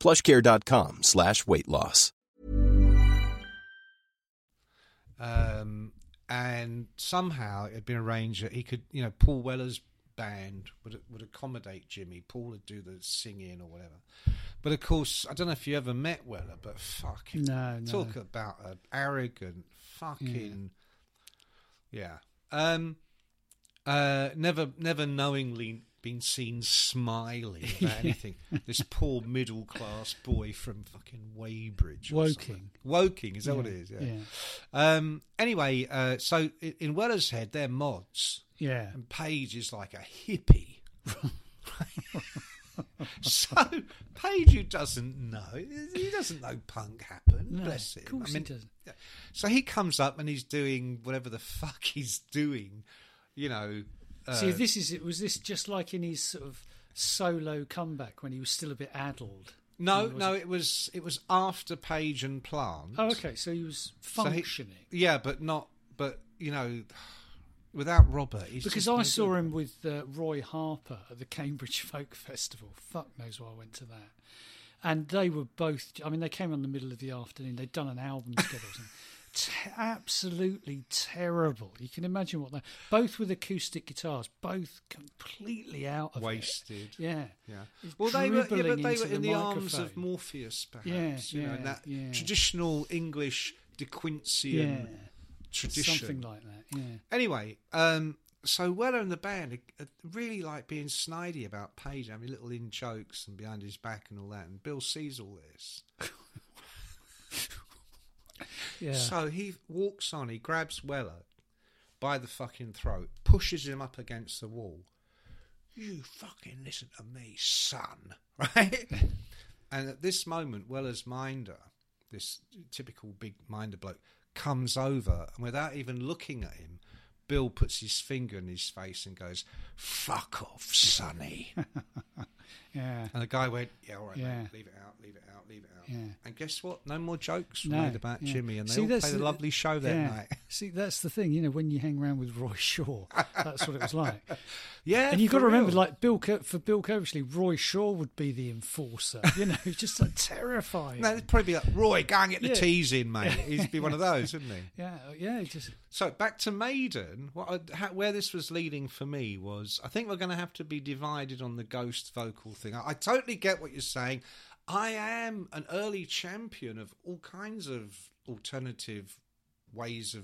[SPEAKER 3] Plushcare.com slash weight loss.
[SPEAKER 1] Um, and somehow it had been arranged that he could, you know, Paul Weller's band would would accommodate Jimmy. Paul would do the singing or whatever. But of course, I don't know if you ever met Weller, but fucking
[SPEAKER 2] No, no.
[SPEAKER 1] talk about an arrogant fucking yeah. Um, uh, never never knowingly been seen smiling about anything. This poor middle class boy from fucking Weybridge, or something. Woking is that what it is?
[SPEAKER 2] Yeah.
[SPEAKER 1] Um, anyway, uh, so i- in Weller's head, they're mods,
[SPEAKER 2] Yeah.
[SPEAKER 1] and Page is like a hippie. so Page, who doesn't know, he doesn't know punk happened.
[SPEAKER 2] No,
[SPEAKER 1] bless him.
[SPEAKER 2] of course
[SPEAKER 1] I
[SPEAKER 2] he
[SPEAKER 1] mean,
[SPEAKER 2] doesn't.
[SPEAKER 1] So he comes up and he's doing whatever the fuck he's doing, you know. Uh,
[SPEAKER 2] See, this is it. Was this just like in his sort of solo comeback when he was still a bit addled?
[SPEAKER 1] no, no, it was it was after Page and Plant.
[SPEAKER 2] Oh, okay. So he was
[SPEAKER 1] So he-
[SPEAKER 2] functioning.
[SPEAKER 1] yeah, but not, but you know, without Robert, he's
[SPEAKER 2] because
[SPEAKER 1] just
[SPEAKER 2] I
[SPEAKER 1] no
[SPEAKER 2] saw
[SPEAKER 1] good.
[SPEAKER 2] him with uh, Roy Harper at the Cambridge Folk Festival. Fuck knows why I went to that. And they were both, I mean, they came on the middle of the afternoon. They'd done an album together or something. Te- absolutely terrible. You can imagine what they both with acoustic guitars, both completely out of it.
[SPEAKER 1] wasted.
[SPEAKER 2] Yeah.
[SPEAKER 1] Yeah.
[SPEAKER 2] He's
[SPEAKER 1] Well, they were, yeah, but
[SPEAKER 2] dribbling
[SPEAKER 1] they
[SPEAKER 2] into
[SPEAKER 1] were in the,
[SPEAKER 2] the
[SPEAKER 1] arms of
[SPEAKER 2] microphone.
[SPEAKER 1] Morpheus, perhaps.
[SPEAKER 2] Yeah,
[SPEAKER 1] you know, in
[SPEAKER 2] yeah,
[SPEAKER 1] that
[SPEAKER 2] yeah.
[SPEAKER 1] traditional English De Quincey
[SPEAKER 2] Yeah.
[SPEAKER 1] tradition.
[SPEAKER 2] Something like that. Yeah.
[SPEAKER 1] anyway, um, so Weller and the band are- are really like being snidey about Page, having little in jokes and behind his back and all that. And Bill sees all this.
[SPEAKER 2] Yeah.
[SPEAKER 1] So he walks on, he grabs Weller by the fucking throat, pushes him up against the wall. You fucking listen to me, son. Right? and at this moment, Weller's minder, this typical big minder bloke, comes over and without even looking at him, Bill puts his finger in his face and goes, Fuck off, sonny.
[SPEAKER 2] yeah.
[SPEAKER 1] and the guy went, Yeah, all right,
[SPEAKER 2] Yeah.
[SPEAKER 1] mate, leave it out, leave it out, leave it out.
[SPEAKER 2] Yeah.
[SPEAKER 1] And guess what? No more jokes were
[SPEAKER 2] No,
[SPEAKER 1] made about
[SPEAKER 2] yeah.
[SPEAKER 1] Jimmy, and they
[SPEAKER 2] See,
[SPEAKER 1] all
[SPEAKER 2] that's
[SPEAKER 1] played a
[SPEAKER 2] the-
[SPEAKER 1] lovely show that
[SPEAKER 2] yeah.
[SPEAKER 1] night.
[SPEAKER 2] See, that's the thing, you know, when you hang around with Roy Shaw, that's what it was like.
[SPEAKER 1] Yeah,
[SPEAKER 2] and you've got
[SPEAKER 1] for
[SPEAKER 2] to remember,
[SPEAKER 1] real.
[SPEAKER 2] like Bill Cur- for Bill Coversley, Roy Shaw would be the enforcer. You know, just like terrifying.
[SPEAKER 1] no, it'd probably be like Roy, go and get the
[SPEAKER 2] Yeah.
[SPEAKER 1] teas in, mate. He'd be one of those, wouldn't he?
[SPEAKER 2] Yeah, yeah, just
[SPEAKER 1] So back to Maiden. What I, how, where this was leading for me was, I think we're going to have to be divided on the ghost vocal thing. I, I totally get what you're saying. I am an early champion of all kinds of alternative ways of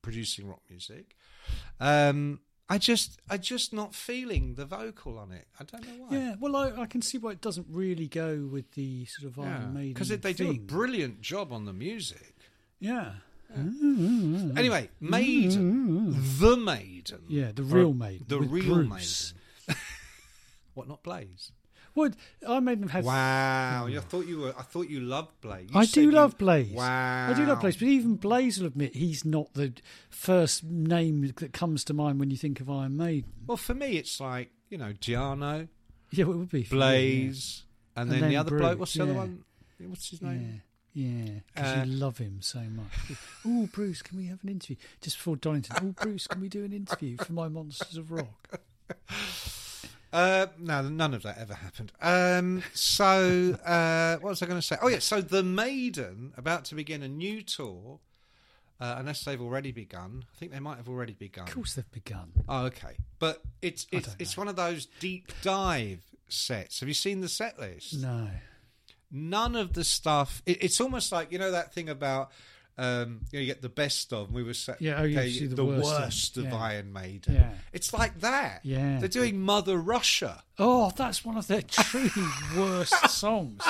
[SPEAKER 1] producing rock music. Um, I just, I just not feeling the vocal on it. I don't know why.
[SPEAKER 2] yeah. Well, I, I can see why it doesn't really go with the sort of Iron Maiden
[SPEAKER 1] because they do a
[SPEAKER 2] thing.
[SPEAKER 1] brilliant job on the music.
[SPEAKER 2] yeah,
[SPEAKER 1] Anyway, Maiden, the Maiden,
[SPEAKER 2] Mm. yeah, the
[SPEAKER 1] Or
[SPEAKER 2] real Maiden,
[SPEAKER 1] the
[SPEAKER 2] with
[SPEAKER 1] real
[SPEAKER 2] Bruce.
[SPEAKER 1] Maiden. what not Blaze?
[SPEAKER 2] Would Iron Maiden have had?
[SPEAKER 1] Wow, I thought you were. I thought you loved Blaze. You
[SPEAKER 2] Mm. I
[SPEAKER 1] said
[SPEAKER 2] do
[SPEAKER 1] you-
[SPEAKER 2] love Blaze.
[SPEAKER 1] Wow,
[SPEAKER 2] I do love Blaze, but even Blaze will admit he's not the first name that comes to mind when you think of Iron Maiden.
[SPEAKER 1] Well, for me, it's like you know Giano,
[SPEAKER 2] Yeah, well, it would be for me,
[SPEAKER 1] Blaze, and,
[SPEAKER 2] And
[SPEAKER 1] then, the
[SPEAKER 2] then
[SPEAKER 1] other
[SPEAKER 2] Bruce,
[SPEAKER 1] bloke. What's the other
[SPEAKER 2] yeah.
[SPEAKER 1] one? What's his
[SPEAKER 2] Yeah,
[SPEAKER 1] name?
[SPEAKER 2] yeah, because
[SPEAKER 1] Uh,
[SPEAKER 2] you love him so much. oh, Bruce, can we have an interview just before Donington? Oh, Bruce, can we do an interview for my Monsters of Rock?
[SPEAKER 1] Uh, no, none of that ever happened. Um, so, uh, what was I going to say? Oh, yeah. So, The Maiden about to begin a new tour, uh, unless they've already begun. I think they might have already begun.
[SPEAKER 2] Of course, they've begun.
[SPEAKER 1] Oh, okay. But it's
[SPEAKER 2] I
[SPEAKER 1] it's
[SPEAKER 2] don't
[SPEAKER 1] it's
[SPEAKER 2] know.
[SPEAKER 1] one of those deep dive sets. Have you seen the set list?
[SPEAKER 2] No,
[SPEAKER 1] none of the stuff. It, it's almost like you know that thing about um, you, know, you get the best of. And we were saying,
[SPEAKER 2] Yeah, oh, you see the
[SPEAKER 1] the worst,
[SPEAKER 2] worst of-
[SPEAKER 1] of
[SPEAKER 2] yeah.
[SPEAKER 1] Iron Maiden.
[SPEAKER 2] Yeah.
[SPEAKER 1] It's like that.
[SPEAKER 2] Yeah.
[SPEAKER 1] they're doing Mother Russia.
[SPEAKER 2] oh, that's one of their truly worst songs.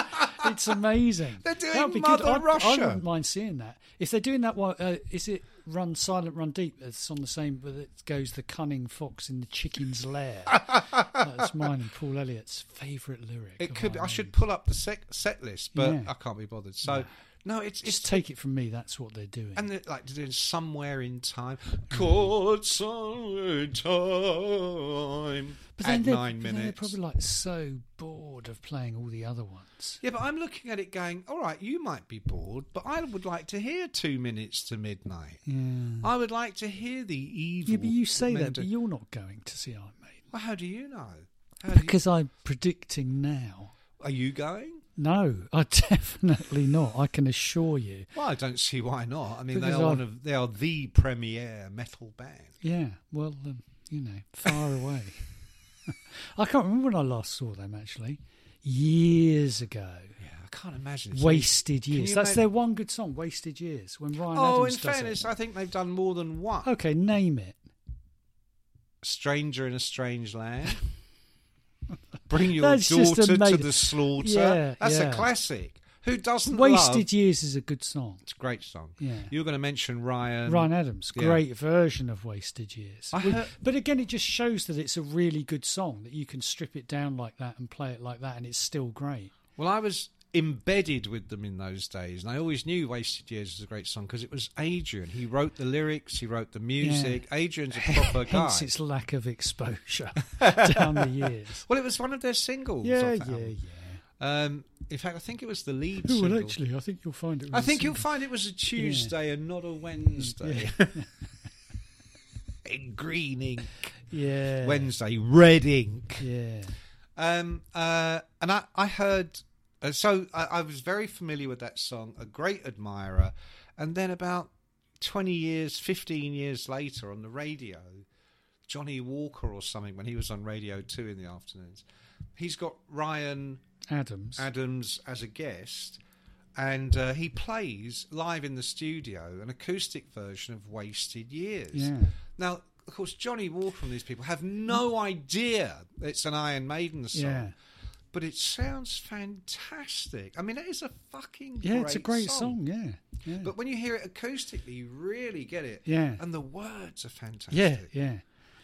[SPEAKER 2] It's amazing.
[SPEAKER 1] They're doing
[SPEAKER 2] That'd be
[SPEAKER 1] Mother
[SPEAKER 2] good. I, I
[SPEAKER 1] Russia.
[SPEAKER 2] wouldn't mind seeing that. If they're doing that, one, uh, is it Run Silent, Run Deep? It's on the same, but it goes the cunning fox in the chicken's lair. that's mine and Paul Elliott's favourite lyric.
[SPEAKER 1] It
[SPEAKER 2] of
[SPEAKER 1] could.
[SPEAKER 2] Iron
[SPEAKER 1] I should
[SPEAKER 2] Maiden.
[SPEAKER 1] pull up the set, set list, but
[SPEAKER 2] Yeah.
[SPEAKER 1] I can't be bothered. So no, it's it's
[SPEAKER 2] Just take it from me. That's what they're doing.
[SPEAKER 1] and they're like doing somewhere in time.
[SPEAKER 2] Mm.
[SPEAKER 1] Caught somewhere in time. at
[SPEAKER 2] they're-
[SPEAKER 1] nine
[SPEAKER 2] but then
[SPEAKER 1] minutes.
[SPEAKER 2] They're probably like so bored of playing all the other ones.
[SPEAKER 1] Yeah, but I'm looking at it going, all right, you might be bored, but I would like to hear two minutes to midnight. I would like to hear the evil.
[SPEAKER 2] Yeah, but you say that,
[SPEAKER 1] mender-
[SPEAKER 2] but you're not going to see Iron Maiden
[SPEAKER 1] Well, how do you know? How do
[SPEAKER 2] because I'm predicting now.
[SPEAKER 1] you, are you going?
[SPEAKER 2] No, I definitely not. I can assure you.
[SPEAKER 1] Well, I don't see why not. I mean, they
[SPEAKER 2] Because
[SPEAKER 1] are one
[SPEAKER 2] I-
[SPEAKER 1] of they are the premier metal band.
[SPEAKER 2] Yeah, well, um, you know, far away. I can't remember when I last saw them actually. Years ago,
[SPEAKER 1] Yeah, I can't imagine. it's-
[SPEAKER 2] wasted
[SPEAKER 1] Can
[SPEAKER 2] years.
[SPEAKER 1] you
[SPEAKER 2] That's
[SPEAKER 1] imagine-
[SPEAKER 2] their one good song, "Wasted Years," when Ryan
[SPEAKER 1] Oh,
[SPEAKER 2] Adams
[SPEAKER 1] in
[SPEAKER 2] does
[SPEAKER 1] fairness,
[SPEAKER 2] it.
[SPEAKER 1] I think they've done more than one.
[SPEAKER 2] Okay, name it.
[SPEAKER 1] Stranger in a Strange Land. Bring your
[SPEAKER 2] That's just
[SPEAKER 1] daughter to
[SPEAKER 2] amazing.
[SPEAKER 1] the slaughter.
[SPEAKER 2] Yeah,
[SPEAKER 1] That's a
[SPEAKER 2] yeah.
[SPEAKER 1] classic. Who doesn't
[SPEAKER 2] "Wasted
[SPEAKER 1] love
[SPEAKER 2] Years" is a good song.
[SPEAKER 1] It's a great song.
[SPEAKER 2] Yeah.
[SPEAKER 1] You were going to mention Ryan.
[SPEAKER 2] Ryan Adams,
[SPEAKER 1] Um, yeah.
[SPEAKER 2] great version of Wasted Years.
[SPEAKER 1] I
[SPEAKER 2] We-
[SPEAKER 1] heard-
[SPEAKER 2] but again, it just shows that it's a really good song that you can strip it down like that and play it like that, and it's still great.
[SPEAKER 1] Well, I was embedded with them in those days, and I always knew Wasted Years was a great song because it was Adrian. He wrote the lyrics, he wrote the music. Adrian's a proper guy.
[SPEAKER 2] Hence its lack of exposure down the years.
[SPEAKER 1] Well, it was one of their singles.
[SPEAKER 2] Yeah,
[SPEAKER 1] off that
[SPEAKER 2] yeah, yeah.
[SPEAKER 1] album. Um, in fact, I think it was the lead
[SPEAKER 2] Oh,
[SPEAKER 1] single.
[SPEAKER 2] well, actually, I think you'll find it.
[SPEAKER 1] I think you'll
[SPEAKER 2] you'll
[SPEAKER 1] find it was a Tuesday and not a Wednesday. in green ink.
[SPEAKER 2] Yeah.
[SPEAKER 1] Wednesday, red ink.
[SPEAKER 2] Yeah.
[SPEAKER 1] Um, uh, and I, I heard, uh, so I, I was very familiar with that song, a great admirer. And then about 20 years, 15 years later on the radio, Johnny Walker or something, when he was on Radio 2 in the afternoons, he's got Ryan
[SPEAKER 2] Adams.
[SPEAKER 1] Adams as a guest. And uh, he plays live in the studio an acoustic version of Wasted Years.
[SPEAKER 2] Yeah.
[SPEAKER 1] Now, of course, Johnny Walker and these people have no idea it's an Iron Maiden song
[SPEAKER 2] Yeah.
[SPEAKER 1] but it sounds fantastic. I mean, it is a fucking
[SPEAKER 2] Yeah,
[SPEAKER 1] great
[SPEAKER 2] it's a great
[SPEAKER 1] song.
[SPEAKER 2] song. Yeah. Yeah.
[SPEAKER 1] But when you hear it acoustically, you really get it.
[SPEAKER 2] Yeah.
[SPEAKER 1] and the words are fantastic.
[SPEAKER 2] yeah. Yeah.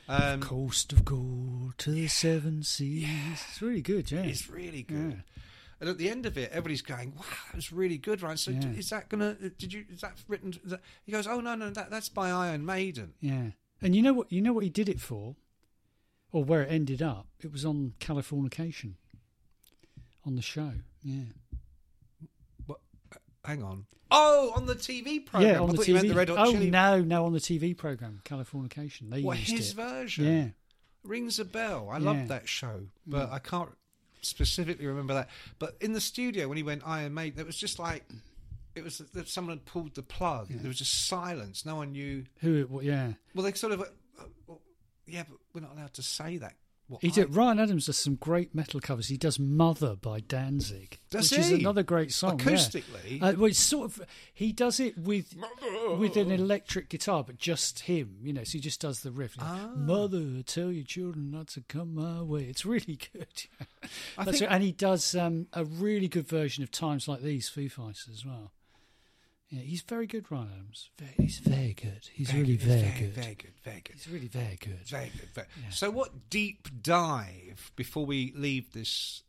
[SPEAKER 1] um,
[SPEAKER 2] Coast of Gold to the Seven Seas. It's really good. Yeah.
[SPEAKER 1] it's really good.
[SPEAKER 2] Yeah.
[SPEAKER 1] And at the end of it, everybody's going, "Wow, that was really good, Ryan." So,
[SPEAKER 2] Yeah.
[SPEAKER 1] is that gonna? uh, Did you? Is that written? Is that, he goes, "Oh no, no, that, that's by Iron Maiden."
[SPEAKER 2] Yeah, and you know what? You know what he did it for, or where it ended up. It was on Californication, on the show. Yeah,
[SPEAKER 1] What- Hang on. Oh, on the TV program.
[SPEAKER 2] Yeah, on
[SPEAKER 1] I
[SPEAKER 2] the
[SPEAKER 1] thought
[SPEAKER 2] TV.
[SPEAKER 1] you meant the Red Hot
[SPEAKER 2] oh
[SPEAKER 1] Chili.
[SPEAKER 2] no, no, on the TV program Californication. They
[SPEAKER 1] What
[SPEAKER 2] used
[SPEAKER 1] his
[SPEAKER 2] it.
[SPEAKER 1] version?
[SPEAKER 2] Yeah,
[SPEAKER 1] Rings a bell. I
[SPEAKER 2] Yeah. Mm.
[SPEAKER 1] love that show, but I can't specifically remember that. But in the studio when he went Iron Maiden, it was just like it was that someone had pulled the plug. There was just silence. No one knew.
[SPEAKER 2] who? It, wa- yeah,
[SPEAKER 1] Well, they sort of. Uh, uh, well, yeah, but we're not allowed to say that. What
[SPEAKER 2] he
[SPEAKER 1] I-
[SPEAKER 2] did. Ryan Adams does some great metal covers. He does "Mother" by Danzig,
[SPEAKER 1] Does
[SPEAKER 2] which is
[SPEAKER 1] he?
[SPEAKER 2] another great song. yeah.
[SPEAKER 1] Acoustically?
[SPEAKER 2] uh, well, it's sort of he does it with with an electric guitar, but just him. You know, so he just does the riff.
[SPEAKER 1] Ah.
[SPEAKER 2] Mother, tell your children not to come my way. It's really good.
[SPEAKER 1] I
[SPEAKER 2] That's
[SPEAKER 1] think-
[SPEAKER 2] right. and he does um, a really good version of "Times Like These" Foo Fighters as well. Yeah, he's very good, Ryan Adams. Very, he's very good. He's really
[SPEAKER 1] Very,
[SPEAKER 2] very,
[SPEAKER 1] very,
[SPEAKER 2] good.
[SPEAKER 1] very good, very good.
[SPEAKER 2] He's really very good.
[SPEAKER 1] Very good. Very. So, what deep dive before we leave this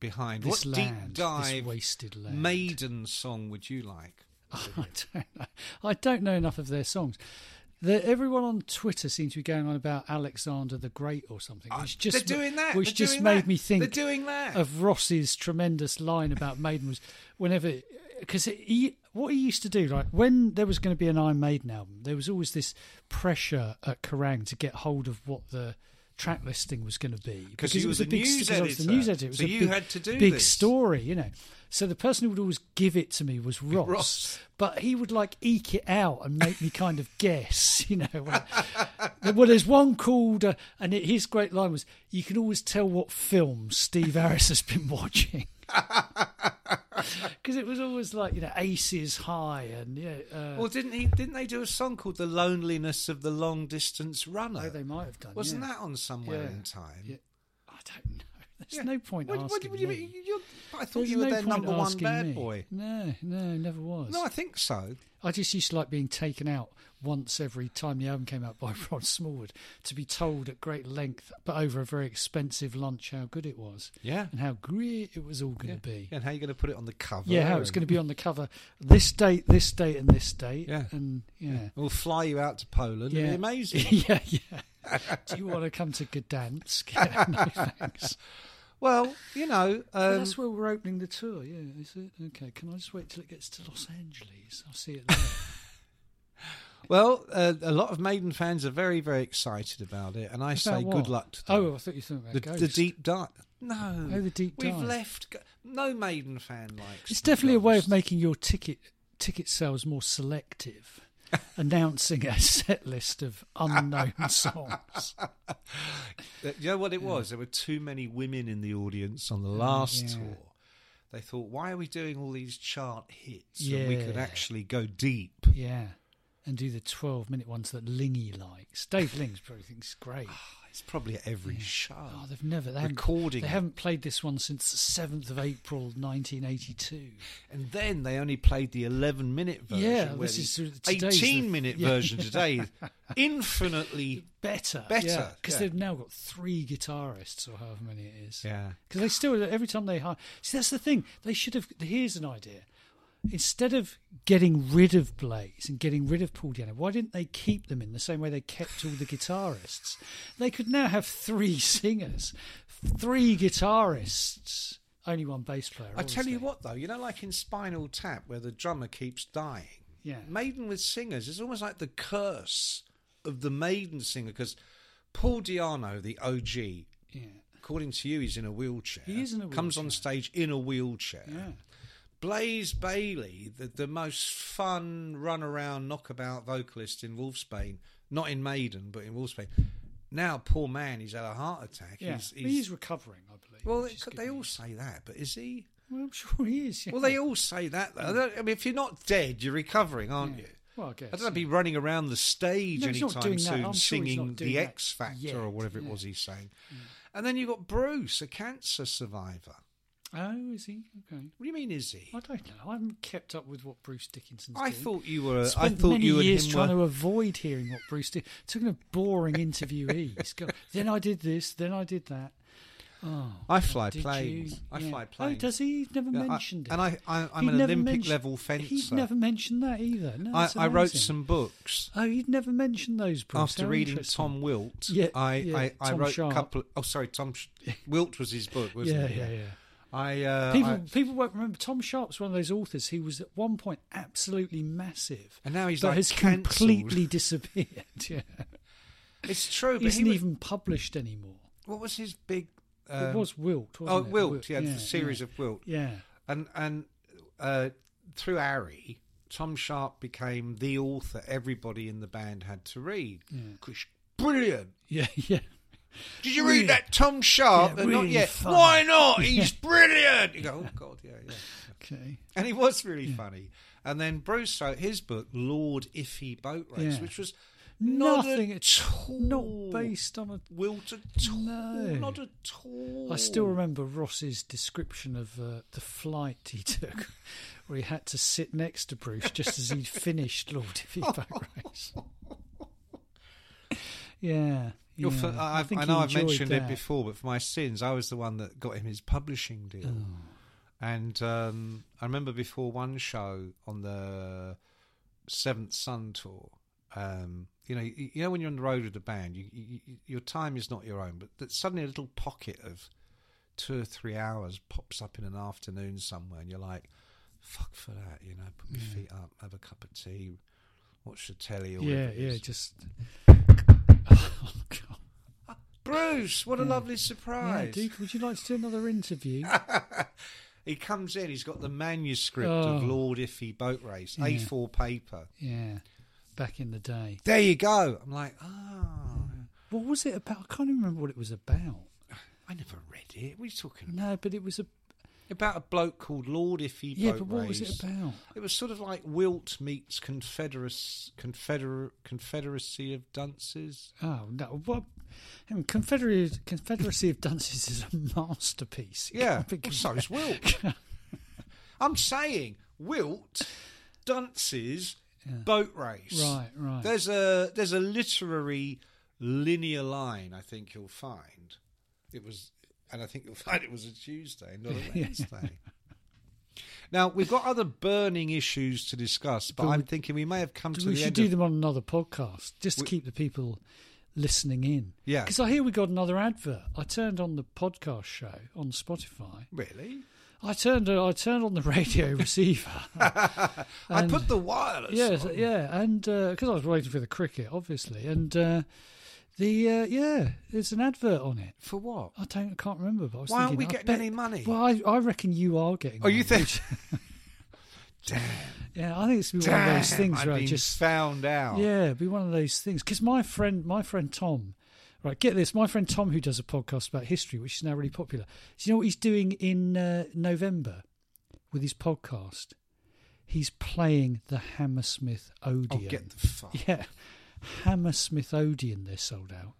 [SPEAKER 1] behind?
[SPEAKER 2] this
[SPEAKER 1] what deep
[SPEAKER 2] land,
[SPEAKER 1] dive
[SPEAKER 2] this wasted land.
[SPEAKER 1] Maiden song would you like?
[SPEAKER 2] I don't know. I don't know enough of their songs. The, everyone on Twitter seems to be going on about Alexander the Great or something.
[SPEAKER 1] Ah,
[SPEAKER 2] Which just
[SPEAKER 1] they're doing that.
[SPEAKER 2] Which
[SPEAKER 1] They're
[SPEAKER 2] just
[SPEAKER 1] doing
[SPEAKER 2] made
[SPEAKER 1] that.
[SPEAKER 2] me think.
[SPEAKER 1] They're doing that.
[SPEAKER 2] of Ross's tremendous line about Maiden was whenever because he what he used to do like when there was going to be an Iron Maiden album, there was always this pressure at Kerrang to get hold of what the track listing was going to be
[SPEAKER 1] Because you
[SPEAKER 2] it
[SPEAKER 1] were
[SPEAKER 2] was a
[SPEAKER 1] the
[SPEAKER 2] big
[SPEAKER 1] news
[SPEAKER 2] because I was the
[SPEAKER 1] editor.
[SPEAKER 2] news editor. It was
[SPEAKER 1] So
[SPEAKER 2] a
[SPEAKER 1] you
[SPEAKER 2] big,
[SPEAKER 1] had to do
[SPEAKER 2] big
[SPEAKER 1] this.
[SPEAKER 2] story, you know. So the person who would always give it to me was Ross,
[SPEAKER 1] Ross.
[SPEAKER 2] but he would like eke it out and make me kind of guess, you know. when- well, there's one called, uh, and it, his great line was, "You can always tell what film Steve Harris has been watching." Because it was always like you know Aces High and yeah, uh,
[SPEAKER 1] well, didn't he? Didn't they do a song called "The Loneliness of the Long Distance Runner"?
[SPEAKER 2] oh, they might have done.
[SPEAKER 1] Wasn't
[SPEAKER 2] yeah.
[SPEAKER 1] that on somewhere
[SPEAKER 2] Yeah.
[SPEAKER 1] in time?
[SPEAKER 2] Yeah. I don't know. There's
[SPEAKER 1] Yeah.
[SPEAKER 2] no point
[SPEAKER 1] What, what,
[SPEAKER 2] asking
[SPEAKER 1] what do you
[SPEAKER 2] me.
[SPEAKER 1] mean? You're, I thought
[SPEAKER 2] There's
[SPEAKER 1] you were
[SPEAKER 2] no
[SPEAKER 1] their
[SPEAKER 2] point
[SPEAKER 1] number one
[SPEAKER 2] asking
[SPEAKER 1] bad
[SPEAKER 2] me.
[SPEAKER 1] boy.
[SPEAKER 2] No, no, never was.
[SPEAKER 1] No, I think so.
[SPEAKER 2] I just used to like being taken out once every time the album came out by Rod Smallwood to be told at great length, but over a very expensive lunch, how good it was.
[SPEAKER 1] Yeah.
[SPEAKER 2] And how great it was all going to be. Yeah,
[SPEAKER 1] And how you going to put it on the cover?
[SPEAKER 2] how it's going to be on the cover this date, this date, and this date.
[SPEAKER 1] Yeah.
[SPEAKER 2] And yeah.
[SPEAKER 1] We'll fly you out to Poland. It'll
[SPEAKER 2] Yeah.
[SPEAKER 1] be amazing.
[SPEAKER 2] yeah, yeah. Do you want to come to Gdansk? Yeah, no, thanks.
[SPEAKER 1] Well, you know,
[SPEAKER 2] Well,
[SPEAKER 1] um,
[SPEAKER 2] that's where we're opening the tour, yeah, is it? Okay, can I just wait till it gets to Los Angeles? I'll see it there.
[SPEAKER 1] well, uh, a lot of Maiden fans are very, very excited about it, and I say
[SPEAKER 2] About what?
[SPEAKER 1] good luck to
[SPEAKER 2] Oh,
[SPEAKER 1] them.
[SPEAKER 2] I thought you were talking about
[SPEAKER 1] the,
[SPEAKER 2] Ghost.
[SPEAKER 1] the deep dive. No,
[SPEAKER 2] Oh, the deep
[SPEAKER 1] We've
[SPEAKER 2] dive.
[SPEAKER 1] left. Go- No Maiden fan likes.
[SPEAKER 2] It's
[SPEAKER 1] the
[SPEAKER 2] definitely a way of
[SPEAKER 1] Ghost.
[SPEAKER 2] making your ticket ticket sales more selective. announcing a set list of unknown songs.
[SPEAKER 1] Uh, You know what it was? There were too many women in the audience on the last
[SPEAKER 2] Oh, yeah.
[SPEAKER 1] tour. They thought, why are we doing all these chart hits when we could
[SPEAKER 2] Yeah.
[SPEAKER 1] actually go deep?
[SPEAKER 2] Yeah. And do the 12 minute ones that Lingy likes. Dave Ling's probably thinks great.
[SPEAKER 1] It's probably at every show.
[SPEAKER 2] Oh, they've never they haven't-
[SPEAKER 1] recording
[SPEAKER 2] They
[SPEAKER 1] it.
[SPEAKER 2] haven't played this one since the 7th of April 1982.
[SPEAKER 1] And then they only played the 11 minute version.
[SPEAKER 2] Yeah,
[SPEAKER 1] where
[SPEAKER 2] this
[SPEAKER 1] the
[SPEAKER 2] is sort of- today's
[SPEAKER 1] 18
[SPEAKER 2] the-
[SPEAKER 1] minute
[SPEAKER 2] yeah.
[SPEAKER 1] version today is infinitely.
[SPEAKER 2] Better.
[SPEAKER 1] Better,
[SPEAKER 2] Because
[SPEAKER 1] yeah.
[SPEAKER 2] they've now got three guitarists or however many it is.
[SPEAKER 1] Yeah.
[SPEAKER 2] Because they still, every time they hire, see, that's the thing. They should have, here's an idea. Instead of getting rid of Blaze and getting rid of Paul Diano, why didn't they keep them in the same way they kept all the guitarists? They could now have three singers, three guitarists, only one bass player.
[SPEAKER 1] I tell
[SPEAKER 2] obviously.
[SPEAKER 1] you what, though, you know, like in Spinal Tap, where the drummer keeps dying,
[SPEAKER 2] Yeah.
[SPEAKER 1] Maiden with singers is almost like the curse of the Maiden singer because Paul Diano, the OG,
[SPEAKER 2] Yeah.
[SPEAKER 1] according to you, he's in a wheelchair.
[SPEAKER 2] He is in a
[SPEAKER 1] Comes on
[SPEAKER 2] wheelchair.
[SPEAKER 1] stage in a wheelchair.
[SPEAKER 2] Yeah.
[SPEAKER 1] Blaze Bailey, the, the most fun runaround knockabout vocalist in Wolfsbane, not in Maiden, but in Wolfsbane. Now, poor man, he's had a heart attack.
[SPEAKER 2] Yeah.
[SPEAKER 1] He's,
[SPEAKER 2] But He's,
[SPEAKER 1] he's-
[SPEAKER 2] recovering, I believe.
[SPEAKER 1] well,
[SPEAKER 2] which
[SPEAKER 1] it-
[SPEAKER 2] is good
[SPEAKER 1] they all
[SPEAKER 2] news.
[SPEAKER 1] say that, but is he?
[SPEAKER 2] Well, I'm sure he is. yeah.
[SPEAKER 1] Well, they all say that. Though. I don't- I mean, if you're not dead, you're recovering, aren't
[SPEAKER 2] Mm. Yeah.
[SPEAKER 1] you?
[SPEAKER 2] Well, I guess.
[SPEAKER 1] I don't know,
[SPEAKER 2] yeah.
[SPEAKER 1] be running around the stage
[SPEAKER 2] No, he's not
[SPEAKER 1] anytime
[SPEAKER 2] doing that.
[SPEAKER 1] soon
[SPEAKER 2] I'm sure he's
[SPEAKER 1] singing
[SPEAKER 2] not doing
[SPEAKER 1] The
[SPEAKER 2] that
[SPEAKER 1] X Factor
[SPEAKER 2] yet,
[SPEAKER 1] or whatever it
[SPEAKER 2] yeah. Mm.
[SPEAKER 1] was he sang. And then you've got Bruce, a cancer survivor.
[SPEAKER 2] Oh, is he? Okay.
[SPEAKER 1] What do you mean, is he?
[SPEAKER 2] I don't know. I haven't kept up with what Bruce Dickinson's
[SPEAKER 1] I
[SPEAKER 2] doing.
[SPEAKER 1] thought you were. I
[SPEAKER 2] Spent
[SPEAKER 1] thought
[SPEAKER 2] many
[SPEAKER 1] you and
[SPEAKER 2] years
[SPEAKER 1] him
[SPEAKER 2] trying
[SPEAKER 1] were.
[SPEAKER 2] to avoid hearing what Bruce did. Talking of boring interviewees. God, then I did this. Then I did that. Oh,
[SPEAKER 1] I
[SPEAKER 2] God,
[SPEAKER 1] fly
[SPEAKER 2] did
[SPEAKER 1] planes.
[SPEAKER 2] you?
[SPEAKER 1] I
[SPEAKER 2] Yeah.
[SPEAKER 1] fly
[SPEAKER 2] Oh,
[SPEAKER 1] planes.
[SPEAKER 2] does he? He's never
[SPEAKER 1] Yeah, I-
[SPEAKER 2] mentioned it.
[SPEAKER 1] and I- I- I'm
[SPEAKER 2] He'd
[SPEAKER 1] an
[SPEAKER 2] never
[SPEAKER 1] Olympic
[SPEAKER 2] mentioned-
[SPEAKER 1] level
[SPEAKER 2] He'd
[SPEAKER 1] fencer.
[SPEAKER 2] never mentioned that either. No,
[SPEAKER 1] I,
[SPEAKER 2] that's
[SPEAKER 1] I wrote
[SPEAKER 2] amazing.
[SPEAKER 1] some books
[SPEAKER 2] Oh, you'd never mentioned those. Bruce.
[SPEAKER 1] after
[SPEAKER 2] How
[SPEAKER 1] reading
[SPEAKER 2] interesting.
[SPEAKER 1] Tom Wilt.
[SPEAKER 2] Yeah,
[SPEAKER 1] I,
[SPEAKER 2] yeah,
[SPEAKER 1] I, I
[SPEAKER 2] Tom
[SPEAKER 1] wrote
[SPEAKER 2] Sharp.
[SPEAKER 1] a couple. oh, sorry, Tom Sh- Wilt was his book, wasn't
[SPEAKER 2] Yeah,
[SPEAKER 1] it?
[SPEAKER 2] yeah, yeah.
[SPEAKER 1] I uh,
[SPEAKER 2] People,
[SPEAKER 1] I-
[SPEAKER 2] people won't remember. Tom Sharp's one of those authors who was at one point absolutely massive,
[SPEAKER 1] And now he's,
[SPEAKER 2] but
[SPEAKER 1] like,
[SPEAKER 2] has
[SPEAKER 1] cancelled.
[SPEAKER 2] completely disappeared. Yeah,
[SPEAKER 1] it's true.
[SPEAKER 2] he
[SPEAKER 1] But
[SPEAKER 2] isn't
[SPEAKER 1] he wa-
[SPEAKER 2] even published anymore.
[SPEAKER 1] what was his big?
[SPEAKER 2] it
[SPEAKER 1] um,
[SPEAKER 2] was Wilt. Wasn't
[SPEAKER 1] oh,
[SPEAKER 2] it?
[SPEAKER 1] Wilt. yeah, the series
[SPEAKER 2] yeah.
[SPEAKER 1] of Wilt.
[SPEAKER 2] yeah.
[SPEAKER 1] and and uh, through Ari, Tom Sharp became the author everybody in the band had to read. 'Cause- Brilliant!
[SPEAKER 2] Yeah, yeah.
[SPEAKER 1] Did you read that Tom Sharp?
[SPEAKER 2] yeah,
[SPEAKER 1] They're not
[SPEAKER 2] really
[SPEAKER 1] yet.
[SPEAKER 2] fun.
[SPEAKER 1] Why not? He's brilliant. You go, oh god, yeah, yeah.
[SPEAKER 2] Okay.
[SPEAKER 1] And he was really funny. And then Bruce wrote his book, Lord Iffy Boat Race,
[SPEAKER 2] Yeah.
[SPEAKER 1] which was not
[SPEAKER 2] Nothing.
[SPEAKER 1] at
[SPEAKER 2] It's
[SPEAKER 1] all
[SPEAKER 2] not based on a.
[SPEAKER 1] Wilt at all.
[SPEAKER 2] No.
[SPEAKER 1] Not at all.
[SPEAKER 2] I still remember Ross's description of uh, the flight he took, where he had to sit next to Bruce just as he'd finished Lord of the Boat Race. Yeah.
[SPEAKER 1] You're
[SPEAKER 2] yeah.
[SPEAKER 1] fir- I,
[SPEAKER 2] think
[SPEAKER 1] I
[SPEAKER 2] he
[SPEAKER 1] know I've
[SPEAKER 2] enjoyed
[SPEAKER 1] mentioned it
[SPEAKER 2] that.
[SPEAKER 1] before, but for my sins, I was the one that got him his publishing deal.
[SPEAKER 2] Oh.
[SPEAKER 1] And um, I remember before one show on the Seventh Sun tour, um, you know, you, you know when you're on the road with the band, you, you, you- your time is not your own, but that suddenly a little pocket of two or three hours pops up in an afternoon somewhere, and you're like, "Fuck for that," you know, put my feet up, have a cup of tea, watch the telly, or
[SPEAKER 2] Yeah,
[SPEAKER 1] whatever it
[SPEAKER 2] yeah,
[SPEAKER 1] is.
[SPEAKER 2] just. Oh, God.
[SPEAKER 1] Bruce, what a lovely
[SPEAKER 2] Yeah,
[SPEAKER 1] surprise!
[SPEAKER 2] dude, would you like to do another interview?
[SPEAKER 1] He comes in, he's got the manuscript of
[SPEAKER 2] Oh.
[SPEAKER 1] Lord Iffy Boat Race,
[SPEAKER 2] Yeah.
[SPEAKER 1] A4 paper.
[SPEAKER 2] yeah, back in the day.
[SPEAKER 1] There you go. I'm like, ah,
[SPEAKER 2] What was it about? I can't even remember what it was about.
[SPEAKER 1] I never read it. What are you talking about?
[SPEAKER 2] No, but it was a.
[SPEAKER 1] About a bloke called Lord Iffy
[SPEAKER 2] Yeah,
[SPEAKER 1] Boat
[SPEAKER 2] but what was
[SPEAKER 1] Race.
[SPEAKER 2] it about?
[SPEAKER 1] It was sort of like Wilt meets Confederacy, Confeder- Confederacy of Dunces.
[SPEAKER 2] Oh no! What? I mean, Confederacy Confederacy of Dunces is a masterpiece. It
[SPEAKER 1] Yeah,
[SPEAKER 2] can't be
[SPEAKER 1] well, so is
[SPEAKER 2] compared.
[SPEAKER 1] Wilt. I'm saying Wilt, Dunces, Boat Race.
[SPEAKER 2] Right, right.
[SPEAKER 1] There's a there's a literary linear line. I think you'll find it was, and I think you'll find it was a Tuesday, not a Wednesday. now we've got other burning issues to discuss, but,
[SPEAKER 2] But
[SPEAKER 1] I'm
[SPEAKER 2] we-
[SPEAKER 1] thinking we may have come to
[SPEAKER 2] we
[SPEAKER 1] the
[SPEAKER 2] should
[SPEAKER 1] end.
[SPEAKER 2] do
[SPEAKER 1] of,
[SPEAKER 2] them on another podcast just to
[SPEAKER 1] We-
[SPEAKER 2] keep the people listening in.
[SPEAKER 1] Yeah.
[SPEAKER 2] Because I hear we got another advert. I turned on the podcast show on Spotify.
[SPEAKER 1] Really,
[SPEAKER 2] I turned I turned on the radio receiver.
[SPEAKER 1] I
[SPEAKER 2] And-
[SPEAKER 1] put the wireless.
[SPEAKER 2] yeah,
[SPEAKER 1] on.
[SPEAKER 2] yeah, and because I was waiting for the cricket, obviously, and uh, the uh, yeah, there's an advert on it.
[SPEAKER 1] For what?
[SPEAKER 2] I don't, I can't remember. But I was
[SPEAKER 1] Why aren't we
[SPEAKER 2] thinking, I
[SPEAKER 1] getting
[SPEAKER 2] bet-
[SPEAKER 1] any money?
[SPEAKER 2] Well, I, I reckon you are getting.
[SPEAKER 1] Oh, you
[SPEAKER 2] money.
[SPEAKER 1] think? Damn.
[SPEAKER 2] Yeah, I think it's gonna be one of those
[SPEAKER 1] Damn,
[SPEAKER 2] things
[SPEAKER 1] I've
[SPEAKER 2] where I
[SPEAKER 1] been
[SPEAKER 2] just
[SPEAKER 1] found out.
[SPEAKER 2] yeah, it'd be one of those things because my friend, my friend Tom, right, get this, my friend Tom who does a podcast about history, which is now really popular. Do you know what he's doing in uh, November with his podcast? He's playing the Hammersmith
[SPEAKER 1] Oh,
[SPEAKER 2] Odeon.
[SPEAKER 1] get the fuck.
[SPEAKER 2] yeah, Hammersmith Odeon. They're sold out.